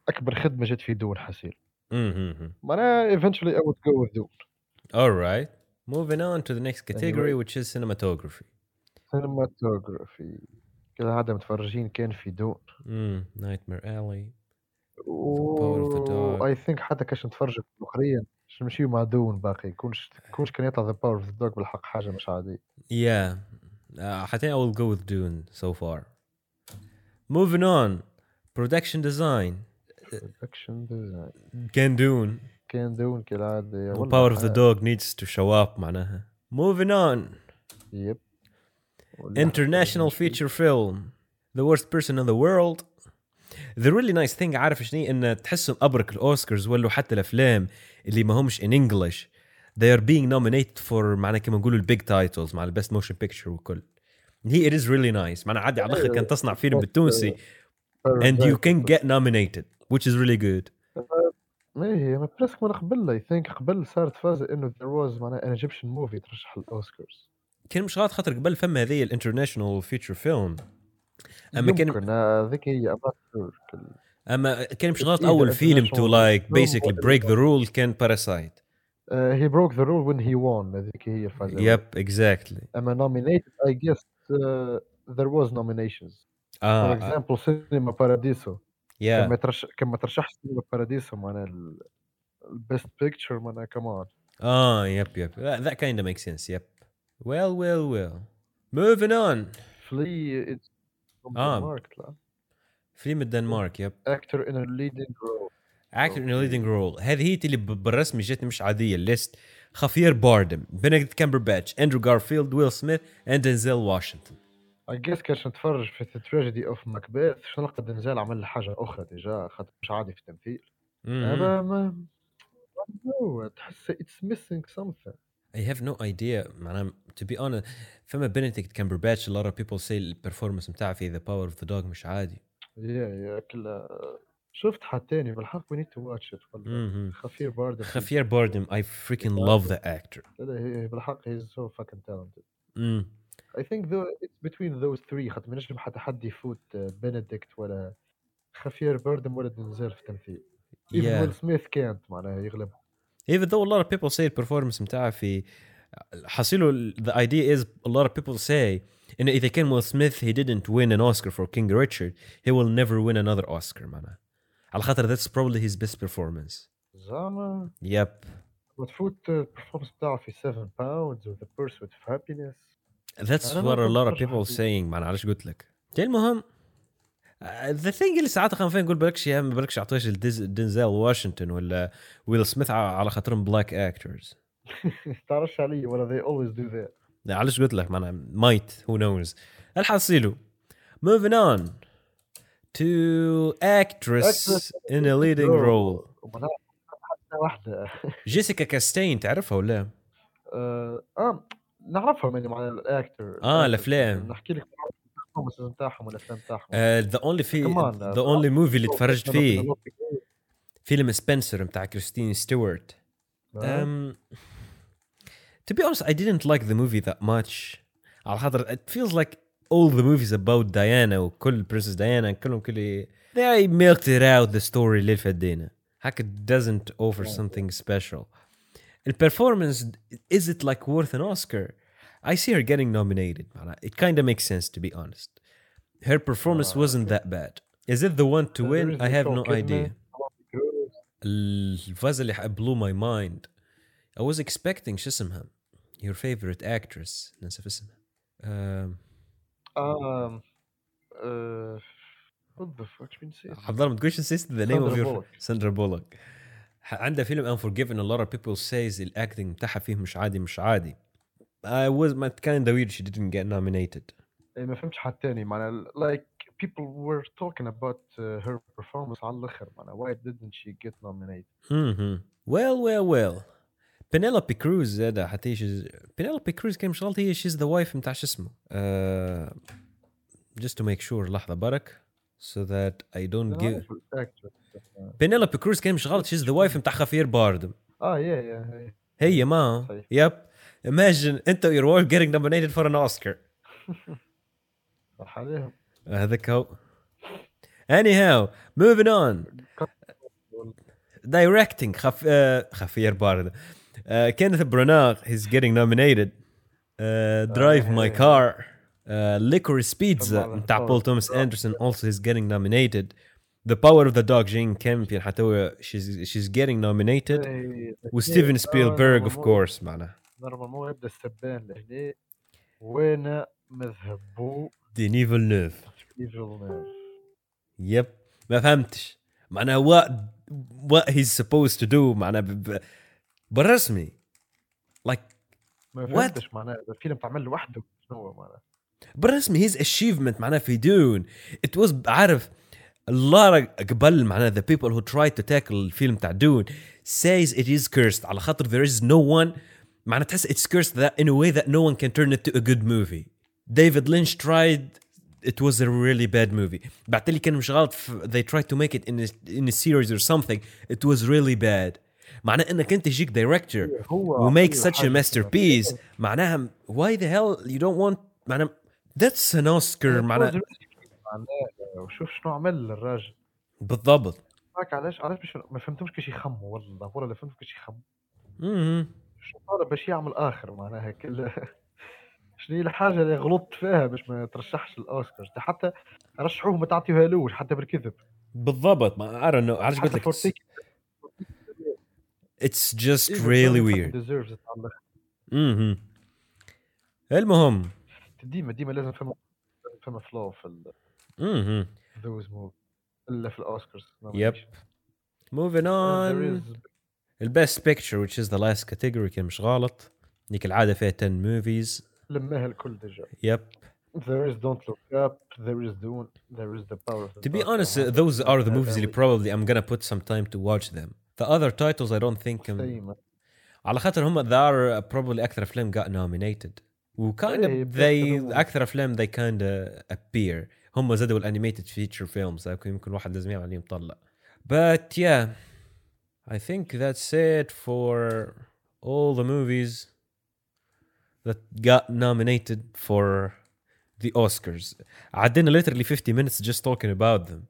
Speaker 2: أكبر خدمة جات في دون حسيل
Speaker 1: mm
Speaker 2: معناها eventually I would go with دون
Speaker 1: alright moving on to the next category which is cinematography
Speaker 2: cinematography كده عادة متفرجين كان في دون
Speaker 1: mm, Nightmare Alley Power of the
Speaker 2: و
Speaker 1: Dog.
Speaker 2: اي ثينك حتى كاش نتفرجوا في الاخرين باش نمشيو مع دون باقي كونش كونش كان يطلع ذا باور اوف ذا دوغ بالحق حاجه مش عاديه
Speaker 1: Yeah. Uh, I think I will go with Dune so far. Moving on. Production design.
Speaker 2: اكشن ديزاين
Speaker 1: Can Dune.
Speaker 2: كان دون كالعاده
Speaker 1: The
Speaker 2: والله
Speaker 1: power of the
Speaker 2: حاجة.
Speaker 1: dog needs to show up معناها. Moving on.
Speaker 2: يب والله
Speaker 1: International
Speaker 2: حاجة مش
Speaker 1: feature film. The worst person in the world. The really nice thing عارف شنو ان تحسهم ابرك الاوسكارز ولا حتى الافلام اللي ما همش in English they are being nominated for معناها كما نقولوا البيج تايتلز مع البيست موشن بيكتشر وكل. هي it is really nice معناها عادي على الاخر كان تصنع فيلم بالتونسي
Speaker 2: فيه.
Speaker 1: and you can get nominated which is really good
Speaker 2: ما هي إيه، ما برسك من قبل اي ثينك قبل صارت فازه انه ذير واز معناها ان ايجيبشن موفي ترشح للاوسكارز
Speaker 1: كان مش غلط خاطر قبل فما هذه الانترناشونال فيتشر فيلم اما كان
Speaker 2: يمكن آه، هذيك هي I'm not sure. كل-
Speaker 1: اما كان مش غلط
Speaker 2: إيه،
Speaker 1: اول فيلم تو
Speaker 2: international
Speaker 1: لايك
Speaker 2: film
Speaker 1: بيسكلي
Speaker 2: ولا-
Speaker 1: بريك ذا رول كان باراسايت
Speaker 2: Uh, he broke the rule when he won هذيك هي الفازه
Speaker 1: يب اكزاكتلي
Speaker 2: I'm nominated, I guess uh, there was nominations. For
Speaker 1: اه
Speaker 2: example, Cinema Paradiso.
Speaker 1: يا
Speaker 2: كما ترشح كما ترشح Cinema Paradiso معناها ال البيست بيكتشر معناها كمان
Speaker 1: اه يب يب ذات كايند ميك سنس يب ويل ويل ويل موفين اون
Speaker 2: فلي it's from
Speaker 1: آه.
Speaker 2: Denmark لا
Speaker 1: فيلم الدنمارك يب
Speaker 2: actor in a leading role
Speaker 1: اكتر ان
Speaker 2: أوكي.
Speaker 1: ليدنج رول هذه هي اللي ب- بالرسمي جاتني مش عاديه الليست خافير باردم بنديكت كامبرباتش اندرو غارفيلد ويل سميث اند دينزل واشنطن
Speaker 2: I guess كاش نتفرج في The Tragedy of Macbeth شنو نلقى دنزال عمل حاجة أخرى ديجا خاطر مش عادي في التمثيل هذا ما I don't know, تحس it's missing something
Speaker 1: I have no idea معناها to be honest فما بنديكت كامبرباتش a lot of people say البرفورمانس نتاعها في The Power of the Dog مش عادي
Speaker 2: يا يا كلا شفت حتاني بالحق we need to watch it والله
Speaker 1: مهم.
Speaker 2: خفير برضه
Speaker 1: خافير باردم I freaking love the actor
Speaker 2: لا لا هي بالحق he's so fucking talented
Speaker 1: مم.
Speaker 2: I think though it's between those three خاطر ما نجم حتى حد يفوت بنديكت ولا خفير بردم ولا دنزال في التمثيل ايفن ويل
Speaker 1: Yeah.
Speaker 2: سميث كانت معناها يغلب
Speaker 1: Even though a lot of people say البرفورمانس نتاعها في حصيله ال- the idea is a lot of people say انه اذا كان ويل سميث he didn't win an Oscar for King Richard he will never win another Oscar معناها على خاطر that's probably his best performance
Speaker 2: زعما
Speaker 1: يب
Speaker 2: وتفوت البرفورمانس بتاعه في 7 باوندز و ذا بيرسوت اوف هابينس
Speaker 1: That's
Speaker 2: أنا ما
Speaker 1: what a lot of
Speaker 2: أتوقعش
Speaker 1: people
Speaker 2: حد-
Speaker 1: saying معناها علاش قلت لك المهم ذا ثينج اللي ساعات خلينا نقول بالكش يا اما بالكش عطيش دنزل واشنطن ولا ويل سميث ع- على خاطرهم بلاك اكترز
Speaker 2: تعرفش علي ولا they always do that
Speaker 1: علاش قلت لك معناها مايت هو نوز الحصيلو موفين اون تو actress
Speaker 2: Actress
Speaker 1: in a leading role
Speaker 2: ومنها حتى واحدة
Speaker 1: جيسيكا كاستين تعرفها
Speaker 2: آه.
Speaker 1: ولا؟
Speaker 2: اه آه، نعرفها يعني معناها الاكتر
Speaker 1: آه، الأفلام.
Speaker 2: نحكي لك البرفورمانس نتاعهم والافلام نتاعهم
Speaker 1: ذا اونلي في
Speaker 2: Come on. آه.
Speaker 1: ذا اونلي موفي
Speaker 2: Oh،
Speaker 1: اللي تفرجت فيه فيلم سبنسر بتاع كريستين ستيوارت
Speaker 2: أم...
Speaker 1: Um, to be honest, I didn't like the movie that much. على خاطر it feels like all the movies about Diana وكل Princess Diana كلهم كل they milked it out the story اللي فدينا. هكا it doesn't offer something special. البرفورمانس is it like worth an Oscar? I see her getting nominated. معناها It kind of makes sense to be honest. Her performance
Speaker 2: آه،
Speaker 1: wasn't that bad. Is it the one to win? I
Speaker 2: There is
Speaker 1: have
Speaker 2: also
Speaker 1: no
Speaker 2: Kidney,
Speaker 1: idea. الفاز اللي ح- blew my mind. I was expecting شو اسمها؟ Your favorite actress ننسى في اسمها. Um,
Speaker 2: Um, uh, what the fuck means it?
Speaker 1: عبد الله ما تقولش نسيت the name of
Speaker 2: آه. Sandra
Speaker 1: your
Speaker 2: Bullock.
Speaker 1: ساندرا بولك. عندها فيلم Unforgiven a lot of people says the acting بتاعها فيه مش عادي مش عادي. I was but kinda weird she didn't get nominated.
Speaker 2: إيه، ما فهمتش حد تاني معناها like people were talking about uh, her performance على الاخر معناها why didn't she get nominated
Speaker 1: Mhm. Well, well, well. Penelope Cruz eh, زاد حتى she's Penelope Cruz كان مش غلط هي she's the wife متاع شو اسمه. Uh, just to make sure لحظة برك so that I don't
Speaker 2: They're
Speaker 1: give
Speaker 2: not for actress.
Speaker 1: Penelope Cruz كان مش غلط she's the wife متاع خافير باردم.
Speaker 2: اه yeah yeah
Speaker 1: هي ما
Speaker 2: صحيح.
Speaker 1: يب imagine انت your wife getting nominated for an Oscar.
Speaker 2: صح عليهم
Speaker 1: هذاك هو. Uh, Anyhow, moving on. Directing uh, خف... آه، خفير باردة آه، كينيث براناغ Uh, he's getting nominated آه، Drive My Car آه، Licorice Pizza
Speaker 2: طبعاً.
Speaker 1: متاع بول توماس
Speaker 2: طبعاً.
Speaker 1: اندرسون also he's getting nominated The Power of the Dog جين كامبيون حتى هو she's, she's getting nominated
Speaker 2: آه، uh,
Speaker 1: وستيفن سبيلبرغ of course معناها
Speaker 2: نورمالمون يبدا السبان لهنا وانا مذهبو
Speaker 1: ديني فيلنوف
Speaker 2: ايفل
Speaker 1: يب ما فهمتش معناها what what he's supposed to do معناها ب- ب- بالرسمي like
Speaker 2: ما
Speaker 1: What?
Speaker 2: فهمتش معناها الفيلم تعمل لوحده شنو هو معناها
Speaker 1: بالرسمي هيز اتشيفمنت معناه في دون ات واز عارف اللارا قبل معناه the people who tried to tackle الفيلم تاع دون says it is cursed على خاطر there is no one معناه تحس it's cursed that in a way that no one can turn it to a good movie David Lynch tried it was a really bad movie بعد اللي كان مش غلط ف- they tried to make it in a, in a series or something it was really bad معناه انك انت يجيك director
Speaker 2: هو
Speaker 1: we make
Speaker 2: أعطيه
Speaker 1: such a
Speaker 2: حاجة.
Speaker 1: masterpiece معناها why the hell you don't want معناها that's an Oscar معناها
Speaker 2: معناها وشوف شنو عمل الراجل
Speaker 1: بالضبط
Speaker 2: راك علاش علاش مش ما فهمتهمش كيش يخموا والله والله لا فهمت كيش يخموا
Speaker 1: مهم.
Speaker 2: شنو طالب باش يعمل اخر معناها كل شنو هي الحاجه اللي غلطت فيها باش ما ترشحش الاوسكار ده حتى رشحوه ما تعطيوها لوش حتى بالكذب
Speaker 1: بالضبط ما I don't know علاش قلت
Speaker 2: حتى
Speaker 1: لك
Speaker 2: فورتيك
Speaker 1: it's- it's just really weird Mm-hmm.
Speaker 2: ديزيرفز على
Speaker 1: مهم. المهم
Speaker 2: ديما ديما لازم فما فما فلو في
Speaker 1: مهم.
Speaker 2: ذوز موف الا في الاوسكارز
Speaker 1: Yep. moving on البيست بيكتشر which is the last category كان مش غلط اللي كالعاده فيها 10 موفيز
Speaker 2: لماها الكل ديجا
Speaker 1: يب
Speaker 2: there is don't look up there is dune there is the power of the
Speaker 1: To be
Speaker 2: Dark
Speaker 1: honest, uh,
Speaker 2: Knight.
Speaker 1: those are the movies that
Speaker 2: هذا
Speaker 1: probably I'm gonna put some time to watch them. The other titles I don't think I'm...
Speaker 2: دايما
Speaker 1: على خاطر هم they are probably اكثر افلام got nominated وكايند
Speaker 2: إيه،
Speaker 1: of
Speaker 2: بس
Speaker 1: they
Speaker 2: هذوما.
Speaker 1: اكثر افلام they kind of appear هم زادوا الانيميتد فيتشر فيلمز يمكن واحد لازم يعمل عليهم طلع but yeah I think that's it for all the movies that got nominated for the Oscars عدينا literally 50 minutes just talking about them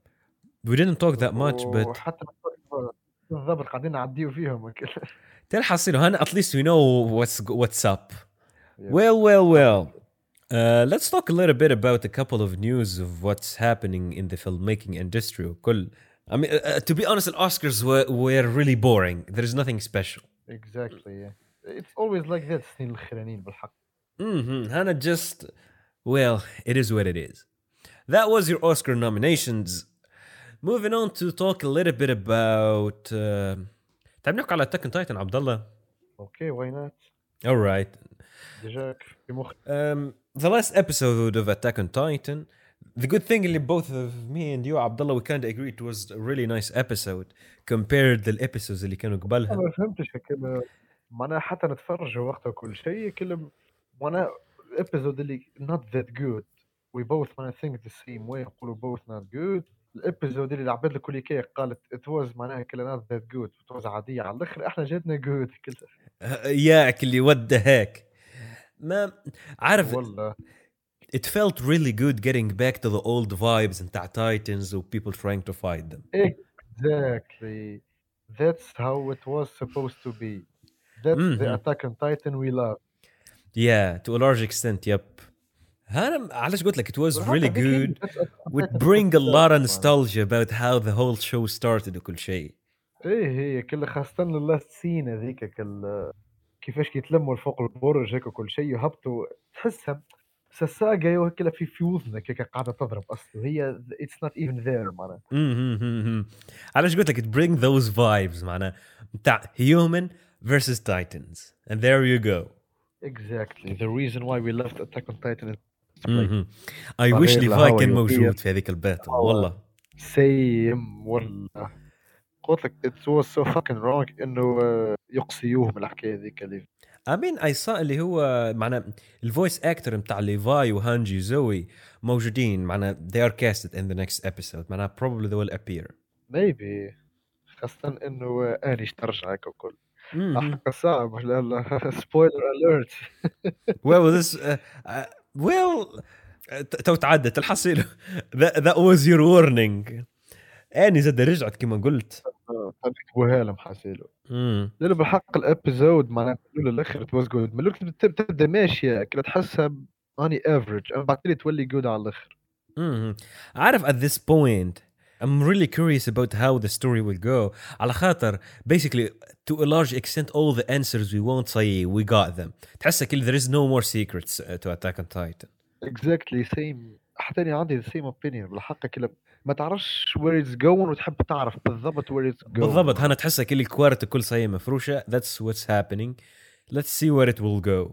Speaker 1: we didn't talk that much but
Speaker 2: وحتى بالضبط قاعدين نعديو فيهم وكل
Speaker 1: تلحق تصير هنا at least we know what's what's up.
Speaker 2: Yeah.
Speaker 1: Well, well, well. Uh, let's talk a little bit about a couple of news of what's happening in the filmmaking industry. وكل- I mean, uh, to be honest, the Oscars were, were really boring. There is nothing special.
Speaker 2: exactly yeah. it's always like that السنين الاخرانيين بالحق
Speaker 1: Mm-hmm. Hannah just, well, it is what it is. That was your Oscar nominations. Moving on to talk a little bit about. Uh, تعال نحكي على Attack on Titan عبد الله.
Speaker 2: اوكي واي نوت
Speaker 1: All right.
Speaker 2: ديجا في مخي
Speaker 1: Um, the last episode of Attack on Titan. The good thing اللي both of me and you Abdullah we kind of agreed it was a really nice episode compared to the episodes اللي كانوا قبلها.
Speaker 2: ما فهمتش كلمه معناها حتى نتفرجوا وقتها وكل شيء كلمه معناها الابيزود اللي not that good we both wanna think the same way نقولوا both not good الابيزود اللي العباد الكل كي قالت it was معناها كلها not that good it was عاديه على الاخر احنا جاتنا good كلها
Speaker 1: ياك اللي Uh, what the heck. ما عارف
Speaker 2: والله
Speaker 1: it felt really good getting back to the old vibes نتاع Titans or people trying to fight them.
Speaker 2: Exactly. That's how it was supposed to be. That's the
Speaker 1: Mhm.
Speaker 2: Attack on Titan we love.
Speaker 1: Yeah, to a large extent, yep. انا علاش قلت لك it was really good would bring a lot of nostalgia about how the whole show started وكل شيء
Speaker 2: ايه هي كل خاصة اللاست سين هذيك كل كيفاش كيتلموا الفوق البرج هيك وكل شيء وهبطوا تحسها بس الساقة ايوه كلها في في وذنك هيك قاعدة تضرب اصلا هي اتس نوت ايفن ذير معناها
Speaker 1: مهم. علاش قلت لك it bring those vibes معناها بتاع human versus titans and there you go
Speaker 2: اكزاكتلي ذا ريزون واي وي لافت اتاك اون تايتن
Speaker 1: مهم. I wish ليفاي
Speaker 2: الهوا
Speaker 1: كان
Speaker 2: يطير.
Speaker 1: موجود في هذيك الباتل والله
Speaker 2: سيم والله قلت لك ات واز سو فاكن رونج انه آه، يقصيوه من الحكايه هذيك اللي
Speaker 1: I mean I saw اللي هو معنا الفويس اكتر متاع ليفاي وهانجي زوي موجودين معنا they are casted in the next episode معنا probably they will appear
Speaker 2: ميبي خاصة انه آه، انيش ترجع هيك وكل
Speaker 1: مهم.
Speaker 2: حق صعب لا سبويلر اليرت
Speaker 1: well this uh, uh, well uh, ت- تو تعدت الحصيل that, that was your warning اني زاد رجعت كما قلت
Speaker 2: يكتبوها لهم حاسيلو
Speaker 1: مم.
Speaker 2: لانه بالحق الابيزود معناها من الاول للاخر تواز جود من الاول تب- تبدا ماشيه كلا تحسها اني افريج اما بعد كده تولي جود على الاخر
Speaker 1: مم. Mm-hmm. عارف at this point I'm really curious about how the story will go على خاطر basically to a large extent all the answers we want say we got them تحسها كل there is no more secrets uh, to Attack on Titan
Speaker 2: اكزاكتلي سيم حتى انا عندي سيم اوبينيون بالحق كلا ما تعرفش وير اتس جوين وتحب تعرف بالضبط وير اتس جوين
Speaker 1: بالضبط هنا تحسها كل الكوارت الكل صاية مفروشة that's what's happening let's see where it will go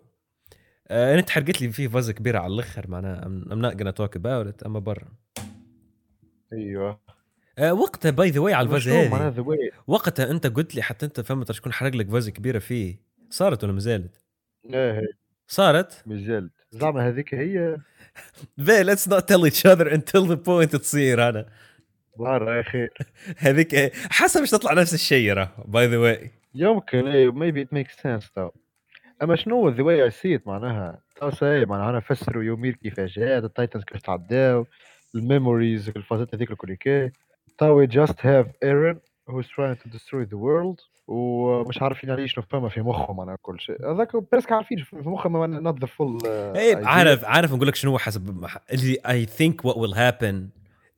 Speaker 1: آه، انا تحرقت لي فيه فازة كبيرة على الاخر معناها I'm, I'm not gonna talk about it اما برا
Speaker 2: ايوه
Speaker 1: آه، وقتها باي ذا واي على الفازة
Speaker 2: معناها
Speaker 1: هذه
Speaker 2: ذا واي
Speaker 1: وقتها انت قلت لي حتى انت فهمت شكون حرق لك فازة كبيرة فيه صارت ولا مازالت
Speaker 2: ايه
Speaker 1: صارت
Speaker 2: مازال زعما هذيك هي
Speaker 1: they let's not tell each other until the point تصير انا
Speaker 2: بار يا اخي
Speaker 1: هذيك حاسه مش تطلع نفس الشيء راه باي ذا واي
Speaker 2: يمكن ايه ميبي ات ميك سنس تو اما شنو ذا واي اي سيت معناها تو سي معناها انا فسروا يومير كيفاش جات التايتنز كيفاش تعداو الميموريز الفازات هذيك الكل طيب، كي تو وي جاست هاف ايرن هو از تراين تو ديستروي ذا وورلد ومش عارفين عليه شنو فما في مخه معناها كل شيء هذاك برسك عارفين شنو في مخه ما نوت ذا فول
Speaker 1: ايه عارف عارف نقول لك شنو هو حسب اللي اي ثينك وات ويل هابن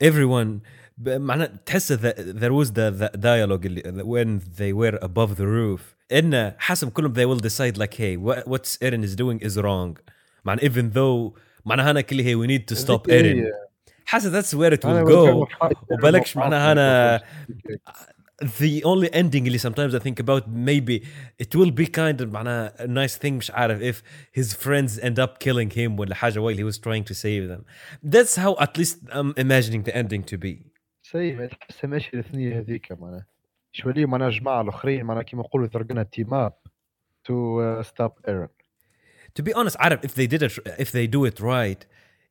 Speaker 1: everyone ب- معناه تحس ذا- there was the, the dialogue اللي when they were above the roof ان حسب كلهم they will decide like hey what, what Eren is doing is wrong معناه even though معناها هنا كل هي we need to stop Eren
Speaker 2: إيه.
Speaker 1: حاسه that's where it will go وبالكش معناها أنا- the only ending اللي sometimes I think about maybe it will be kind of معناها a nice thing مش عارف if his friends end up killing him ولا حاجة while he was trying to save them that's how at least I'm imagining the ending to be
Speaker 2: سيء تحسها ماشي الاثنية هذيك معناها شو ليه معناها الجماعة الآخرين معناها كيما نقولوا ترقنا تيم uh, اب تو ستوب ايرون
Speaker 1: to be honest عارف if they did it if they do it right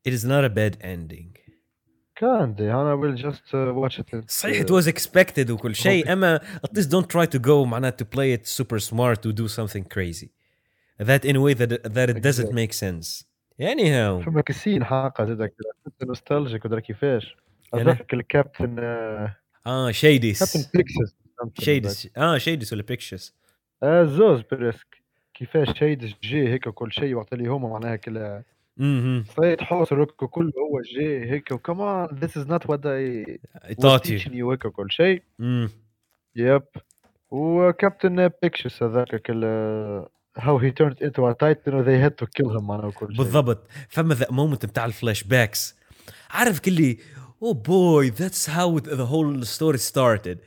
Speaker 1: it is not a bad ending
Speaker 2: كان دي انا ويل جاست واتش ات
Speaker 1: صحيح it was expected وكل شيء اما at least don't try to go معناها to play it super smart to do something crazy that in a way that, that it doesn't make sense anyhow
Speaker 2: فما كسين حاقة زادك نوستالجيك ودرا كيفاش
Speaker 1: يعني؟
Speaker 2: اتذكر الكابتن uh,
Speaker 1: اه شيديس
Speaker 2: كابتن بيكسس
Speaker 1: شيدس اه شيدس ولا بيكشس
Speaker 2: آه زوز بريسك كيفاش شيدس جي هيك وكل شيء وقت اللي هما معناها كلا
Speaker 1: اها
Speaker 2: صيد حوس روكو كله هو جي هيك وكمان ذيس از نوت وات اي
Speaker 1: تاتي
Speaker 2: يو هيك وكل شيء يب uh, وكابتن بيكشس هذاك ال هاو هي تيرند انتو ا تايتن وذي هاد تو كيل هيم معناها وكل شيء
Speaker 1: بالضبط فما ذا مومنت بتاع الفلاش باكس عارف oh كلي او بوي ذاتس هاو ذا هول ستوري ستارتد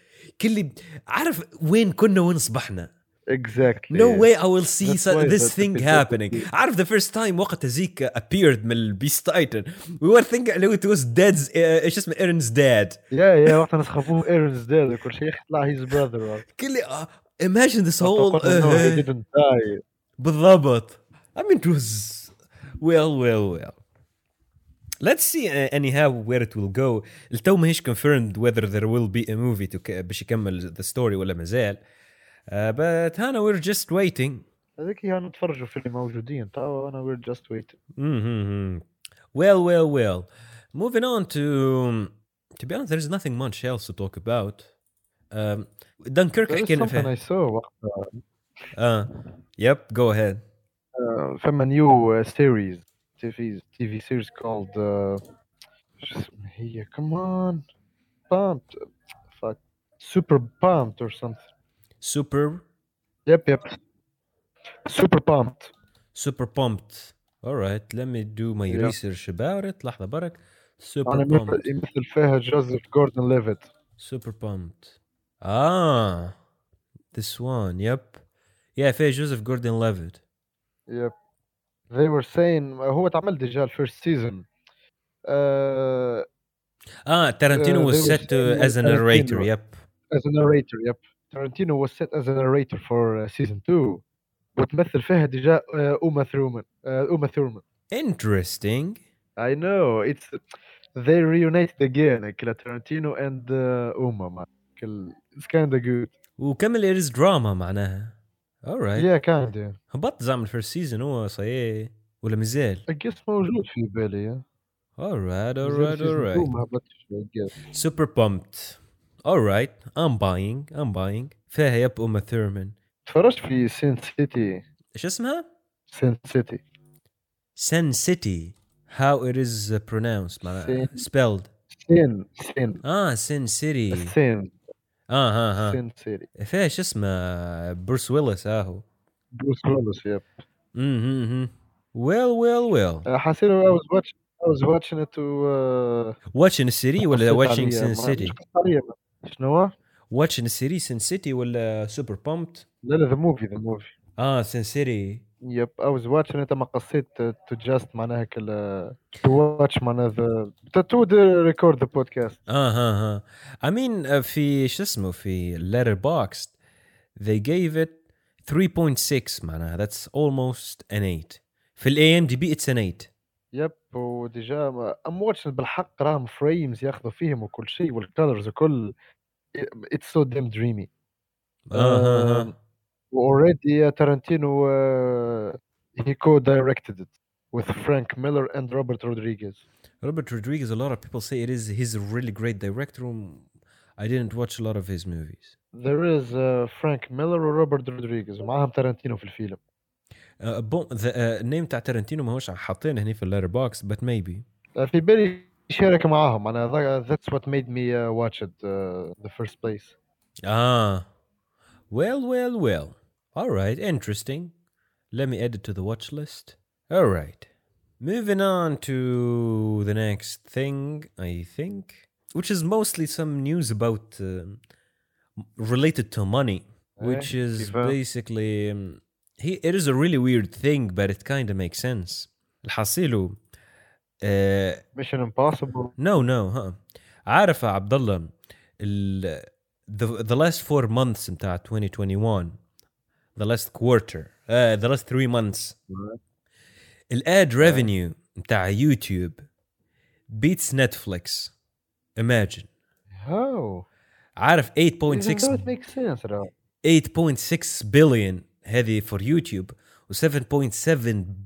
Speaker 1: كلي عارف وين كنا وين صبحنا
Speaker 2: اكزاكتلي
Speaker 1: نو واي اي ويل سي
Speaker 2: إيه. That's why
Speaker 1: ذيس
Speaker 2: the- the
Speaker 1: ثينج
Speaker 2: picture
Speaker 1: هابينج
Speaker 2: could
Speaker 1: عارف ذا فيرست تايم وقت هذيك ابيرد من البيست تايتن وي ور ثينك ات واز دادز ايش إيه، اسمه ايرنز داد
Speaker 2: يا يا وقت انا سخافوه ايرنز ديد وكل شيء طلع هيز براذر
Speaker 1: كلي آه، imagine this whole آه، بالضبط I mean it was well well well let's see uh, anyhow where it will go التو ماهيش confirmed whether there will be a movie to باش يكمل the story ولا مازال uh, but هنا we're just waiting
Speaker 2: هذيك هي نتفرجوا في اللي موجودين توا انا وير جاست ويت
Speaker 1: mm-hmm. well well well moving on to to be honest there is nothing much else to talk about um, Dunkirk حكينا فيه
Speaker 2: اي سو وقت
Speaker 1: اه يب جو uh, ahead
Speaker 2: uh, آه، فما نيو سيريز TV TV series called uh, شو اسمها هي كمان pumped fuck super pumped or something
Speaker 1: Super
Speaker 2: yep yep super pumped
Speaker 1: super pumped. All right, let me do my
Speaker 2: Yeah.
Speaker 1: research about it. لحظة برك.
Speaker 2: انا
Speaker 1: Super
Speaker 2: مثل-
Speaker 1: pumped.
Speaker 2: يمثل فيها جوزيف جوردن ليفيت
Speaker 1: Super pumped. Ah, this one. Yep. Yeah, فيها Joseph Gordon-Levitt.
Speaker 2: Yep. They were saying uh, هو تعمل ديجا الفيرست سيزون
Speaker 1: Ah, Tarantino
Speaker 2: Uh,
Speaker 1: was
Speaker 2: they were
Speaker 1: set to,
Speaker 2: saying
Speaker 1: as a
Speaker 2: Tarantino.
Speaker 1: narrator. Yep.
Speaker 2: as a narrator yep Tarantino was set as a narrator for uh, season 2 وتمثل فيها ديجا اوما ثرومان اوما ثورمان
Speaker 1: Interesting.
Speaker 2: uh, I know it's they reunited again like uh, Tarantino and اوما uh, man it's kinda good
Speaker 1: وكمل it is drama معناها. All right.
Speaker 2: yeah kinda
Speaker 1: هبط زعمل first season oh, هو صحيح ولا مازال؟
Speaker 2: I guess موجود في بالي
Speaker 1: All right, all right, all right.
Speaker 2: but I guess
Speaker 1: Super pumped. All right, I'm buying, I'm buying. فيها يب أم ثيرمان.
Speaker 2: تفرجت في سين سيتي
Speaker 1: ايش اسمها؟
Speaker 2: سين سيتي
Speaker 1: Sin City. How it is uh, pronounced معناها
Speaker 2: Sin-
Speaker 1: spelled.
Speaker 2: سين سين
Speaker 1: اه Sin City.
Speaker 2: سين
Speaker 1: اه ها ها.
Speaker 2: سين سيتي
Speaker 1: فيها شو اسمه آه. بروس ويلس اهو.
Speaker 2: Bruce Willis, yep.
Speaker 1: اها ويل ويل ويل.
Speaker 2: Uh, Hasiro, I was watching. I was watching it to. Uh,
Speaker 1: واتشن السيري ولا
Speaker 2: حسيت
Speaker 1: واتشنج
Speaker 2: عليه،
Speaker 1: سين
Speaker 2: ما عنديش
Speaker 1: سيتي؟
Speaker 2: قصة عليه. شنو؟
Speaker 1: واتشن السيري سين سيتي ولا سوبر بومبت؟
Speaker 2: لا لا ذا موفي ذا موفي.
Speaker 1: اه سين سيتي.
Speaker 2: يب I was watching it اما قصيت to just معناها كل to watch معناها the to, to the record the podcast.
Speaker 1: اه ها ها I mean uh, في شو اسمه في letterboxd they gave it 3.6 معناها that's almost an 8 في الاي ام دي بي it's an 8
Speaker 2: يب وديجا ما- I'm watching بالحق راهم فريمز ياخذوا فيهم وكل شيء والكالرز وكل it's so damn dreamy.
Speaker 1: اه ها
Speaker 2: Um,
Speaker 1: ها
Speaker 2: already uh, Tarantino uh, he co-directed it with Frank Miller and Robert Rodriguez.
Speaker 1: Robert Rodriguez a lot of people say it is he's a really great director Um, I didn't watch a lot of his movies
Speaker 2: There is uh, Frank Miller وروبرت رودريغيز ومعاهم تارانتينو في الفيلم.
Speaker 1: uh, بو, the, uh, name تاع تارنتينو ماهوش حاطينه هنا في اللتر بوكس but maybe
Speaker 2: Uh, في بالي شارك معاهم انا ذا- that's what made me uh, watch it uh, in the first place.
Speaker 1: Ah. Well, well, well. All right, interesting. Let me add it to the watch list. All right. Moving on to the next thing, I think, which is mostly some news about um, related to money, which
Speaker 2: Eh,
Speaker 1: is
Speaker 2: Kifa?
Speaker 1: basically um, he, it is a really weird thing, but it kind of makes sense. الحصيلو uh,
Speaker 2: Mission Impossible
Speaker 1: No, no, huh. عارف يا عبد الله ال the, the last four months بتاع 2021 the last quarter uh, the last three months ال ad revenue بتاع يوتيوب beats Netflix imagine
Speaker 2: how
Speaker 1: عارف
Speaker 2: Isn't
Speaker 1: 8.6
Speaker 2: that make sense راه
Speaker 1: 8.6 billion هذه for YouTube و 7.7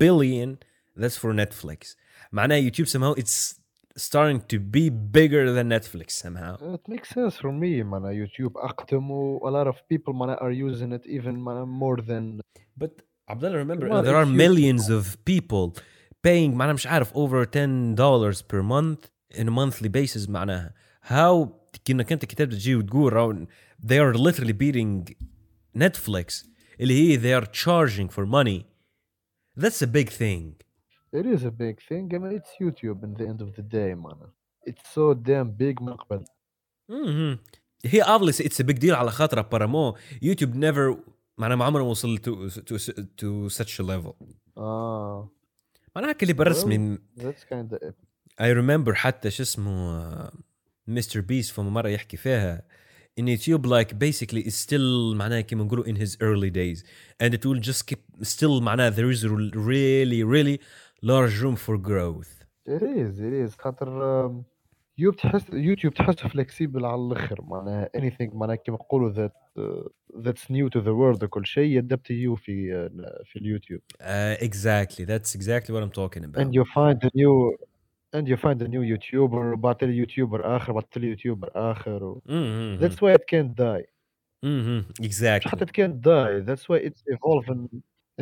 Speaker 1: billion that's for Netflix معناه YouTube somehow it's starting to be bigger than Netflix somehow
Speaker 2: it makes sense for me uh, معناها يوتيوب اقدم و a lot of people معناها are using it even معناها more than
Speaker 1: But Abdullah, remember,
Speaker 2: Well,
Speaker 1: there are
Speaker 2: it's huge.
Speaker 1: millions of people paying, معناها مش عارف, over $10 per month in a monthly basis معناها. How انك انت كتبت تجي وتقول راهو they are literally beating Netflix اللي هي they are charging for money. That's a big thing.
Speaker 2: it is a big thing I mean it's YouTube in the end of the day معناها it's so damn big من قبل
Speaker 1: Mhm. هي obviously it's a big deal على خاطر بارامو يوتيوب never معناها ما عمره وصل to, to, to such a level.
Speaker 2: اه
Speaker 1: معناها هكا اللي بالرسمي
Speaker 2: uh, that's kind of
Speaker 1: اي ريمبر حتى شو اسمه مستر بيس فما مره يحكي فيها ان يوتيوب لايك بيسكلي از ستيل معناها كيما نقولوا ان هيز ايرلي دايز اند ات ويل جاست كيب ستيل معناها ذير از ريلي ريلي لارج روم فور جروث
Speaker 2: It is, it is. خاطر um, يوتيوب تحس يوتيوب تحسه فلكسيبل على الاخر معناها anything معناها كيما نقولوا that uh, that's new to the world وكل شيء adapt to you في uh, في اليوتيوب
Speaker 1: Uh, اكزاكتلي ذاتس اكزاكتلي وات ام توكينج
Speaker 2: and
Speaker 1: اباوت
Speaker 2: you find a new and you find a new YouTuber بعد لي يوتيوبر اخر بعد لي يوتيوبر اخر
Speaker 1: Mm-hmm.
Speaker 2: و... that's why it can't die مش
Speaker 1: اكزاكتلي
Speaker 2: حتى it can't
Speaker 1: Mm-hmm.
Speaker 2: die that's why it's evolving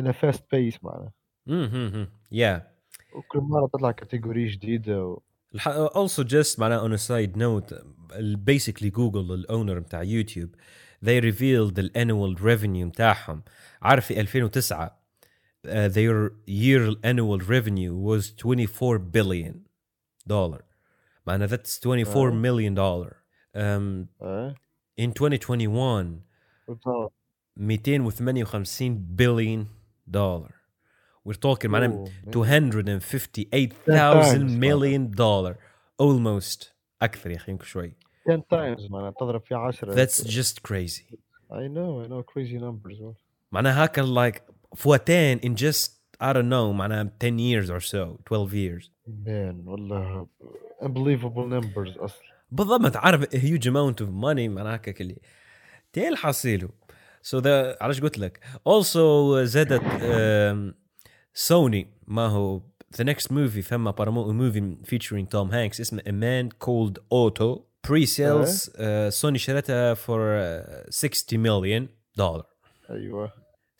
Speaker 2: in a fast pace معناها
Speaker 1: يا
Speaker 2: وكل مره تطلع كاتيجوري جديده و...
Speaker 1: الح- also just معناها on a side note ال- basically Google الاونر بتاع يوتيوب they revealed the annual revenue بتاعهم عارفي 2009 uh, their year annual revenue was 24 billion dollar معناها that's 24
Speaker 2: آه.
Speaker 1: million dollar um,
Speaker 2: اه
Speaker 1: in 2021
Speaker 2: وطلع-
Speaker 1: 258 billion dollar we're talking معناها
Speaker 2: أوه، ماشي.
Speaker 1: 258,000
Speaker 2: Ten times.
Speaker 1: million dollar almost اكثر يا اخي يمكن شوي
Speaker 2: 10 تايمز معناها تضرب في 10
Speaker 1: that's just crazy
Speaker 2: اي نو اي نو كريزي نمبرز
Speaker 1: معناها هكا لايك فواتين in just I don't know معناها 10 years or so 12 years
Speaker 2: مان والله unbelievable numbers اصلا
Speaker 1: بالضبط عارف a huge amount of money معناها هكا اللي تيل حاصيله so the علاش قلت لك also زادت um, سوني ما هو the next movie فما بارامو موفي featuring توم هانكس اسمه A Man Called Auto pre sales uh, سوني شرتها for uh, 60 million dollar
Speaker 2: ايوه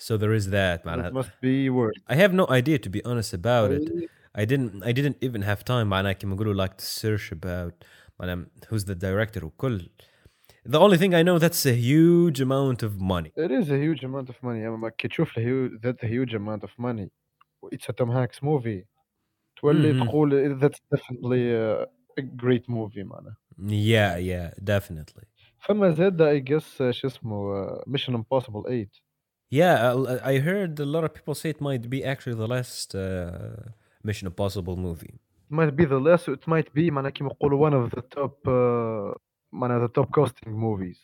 Speaker 1: so there is that
Speaker 2: It
Speaker 1: معناها
Speaker 2: must be worth
Speaker 1: I have no idea to be honest about it I didn't I didn't even have time معناها كيما نقولوا like to search about معناها who's the director وكل the only thing I know that's a huge amount of money
Speaker 2: It is a huge amount of money اما كي تشوف له that's a huge amount of money it's a Tom Hanks movie تولي
Speaker 1: Mhm.
Speaker 2: تقول that's definitely a, a great movie معناها
Speaker 1: yeah yeah definitely
Speaker 2: فما زاد اي جس شو اسمه ميشن امبوسيبل 8
Speaker 1: yeah I- I heard a lot of people say it might be actually the last uh, Mission Impossible movie
Speaker 2: might be the last it might be معناها كيما يقولوا one of the top uh, معناها the top costing movies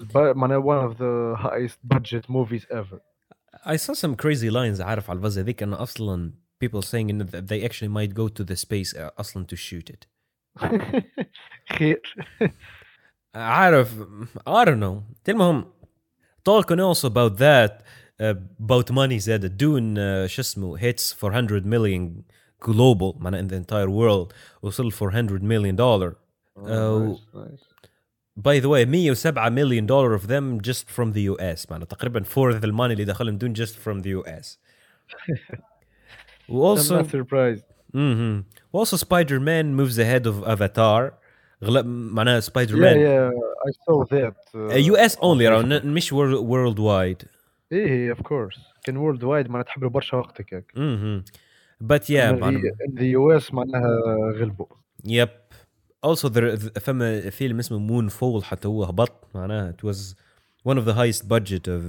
Speaker 2: But معناها one of the highest budget movies ever
Speaker 1: I saw some crazy lines عارف على الفازة ذيك أنا أصلا people saying in- that they actually might go to the space uh, أصلا to shoot it
Speaker 2: خير
Speaker 1: عارف I don't know المهم talking also about that uh, about money زاد doing uh, شو اسمه hits 400 million global معناها in the entire world وصل 400 million dollar Oh.
Speaker 2: nice, nice.
Speaker 1: by the way 107 million dollar of them just from the US معناها تقريبا fourth the money اللي دخلهم دون just from the US و
Speaker 2: I'm
Speaker 1: also
Speaker 2: not surprised
Speaker 1: mm-hmm. also Spider Man moves ahead of Avatar غلب معناها Spider
Speaker 2: yeah
Speaker 1: Man
Speaker 2: yeah I saw that uh,
Speaker 1: يو اس اونلي
Speaker 2: on
Speaker 1: راهو مش وورلد وايد
Speaker 2: ايه اوف كورس كان وورلد وايد معناها تحب له برشا وقتك هيك
Speaker 1: اها بت يا
Speaker 2: ذا يو اس معناها غلبوا
Speaker 1: يب اولسو فما فيلم اسمه مون فول حتى هو هبط معناها it was one of the highest budget of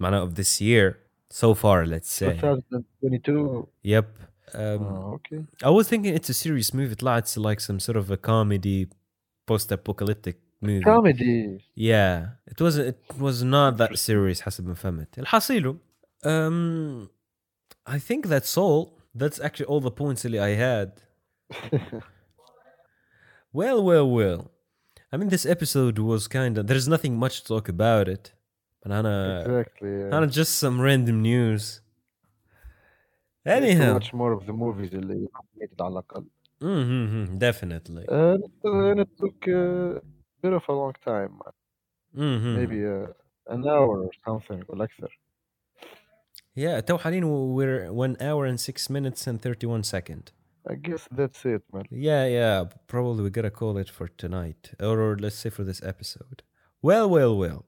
Speaker 1: معناها of this year so far let's say
Speaker 2: 2022
Speaker 1: yep um,
Speaker 2: آه، اوكي
Speaker 1: I was thinking it's a serious movie طلعت like some sort of a comedy post apocalyptic movie
Speaker 2: كوميدي
Speaker 1: Yeah, it was it was not that serious حسب ما فهمت. الحصيلو um, I think that's all. That's actually all the points اللي I had. well, well, well. I mean, this episode was kind of there's nothing much to talk about it. But
Speaker 2: uh,
Speaker 1: أنا
Speaker 2: اكزاكتلي
Speaker 1: آه. أنا just some random news.
Speaker 2: anyhow
Speaker 1: Anyhow,
Speaker 2: much more of the movies اللي nominated على الاقل
Speaker 1: mm-hmm, definitely.
Speaker 2: and then it took a bit of a long time
Speaker 1: Mm-hmm.
Speaker 2: maybe uh, an hour or something or اكثر
Speaker 1: Yeah, تو حاليا we're one hour and six minutes and thirty-one second.
Speaker 2: I guess that's it man
Speaker 1: Yeah, yeah. Probably we gotta call it for tonight, or, or let's say for this episode. Well, well, well.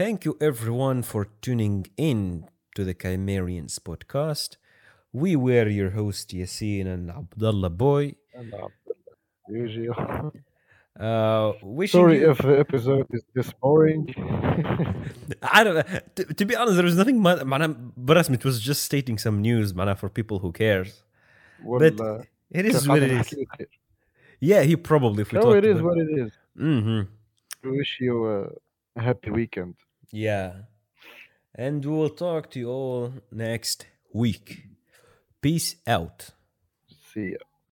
Speaker 1: Thank you everyone for tuning in to the Chimerians podcast. We were your host Yasin and Abdullah Boy.
Speaker 2: And, uh, usually-
Speaker 1: Uh, wishing
Speaker 2: Sorry
Speaker 1: you-
Speaker 2: if the episode is this boring.
Speaker 1: I don't. To, to be honest, there was nothing. mu- معناها- برسم, it was just stating some news, معناها, for people who cares.
Speaker 2: والله
Speaker 1: It
Speaker 2: كان
Speaker 1: is what
Speaker 2: قاعد
Speaker 1: it is.
Speaker 2: نحكي كتير.
Speaker 1: Yeah, he probably. If we
Speaker 2: No,
Speaker 1: talked
Speaker 2: it is
Speaker 1: about-
Speaker 2: what it is.
Speaker 1: Mhm.
Speaker 2: We wish you uh, a happy weekend.
Speaker 1: Yeah. And we will talk to you all next week. Peace out.
Speaker 2: See ya.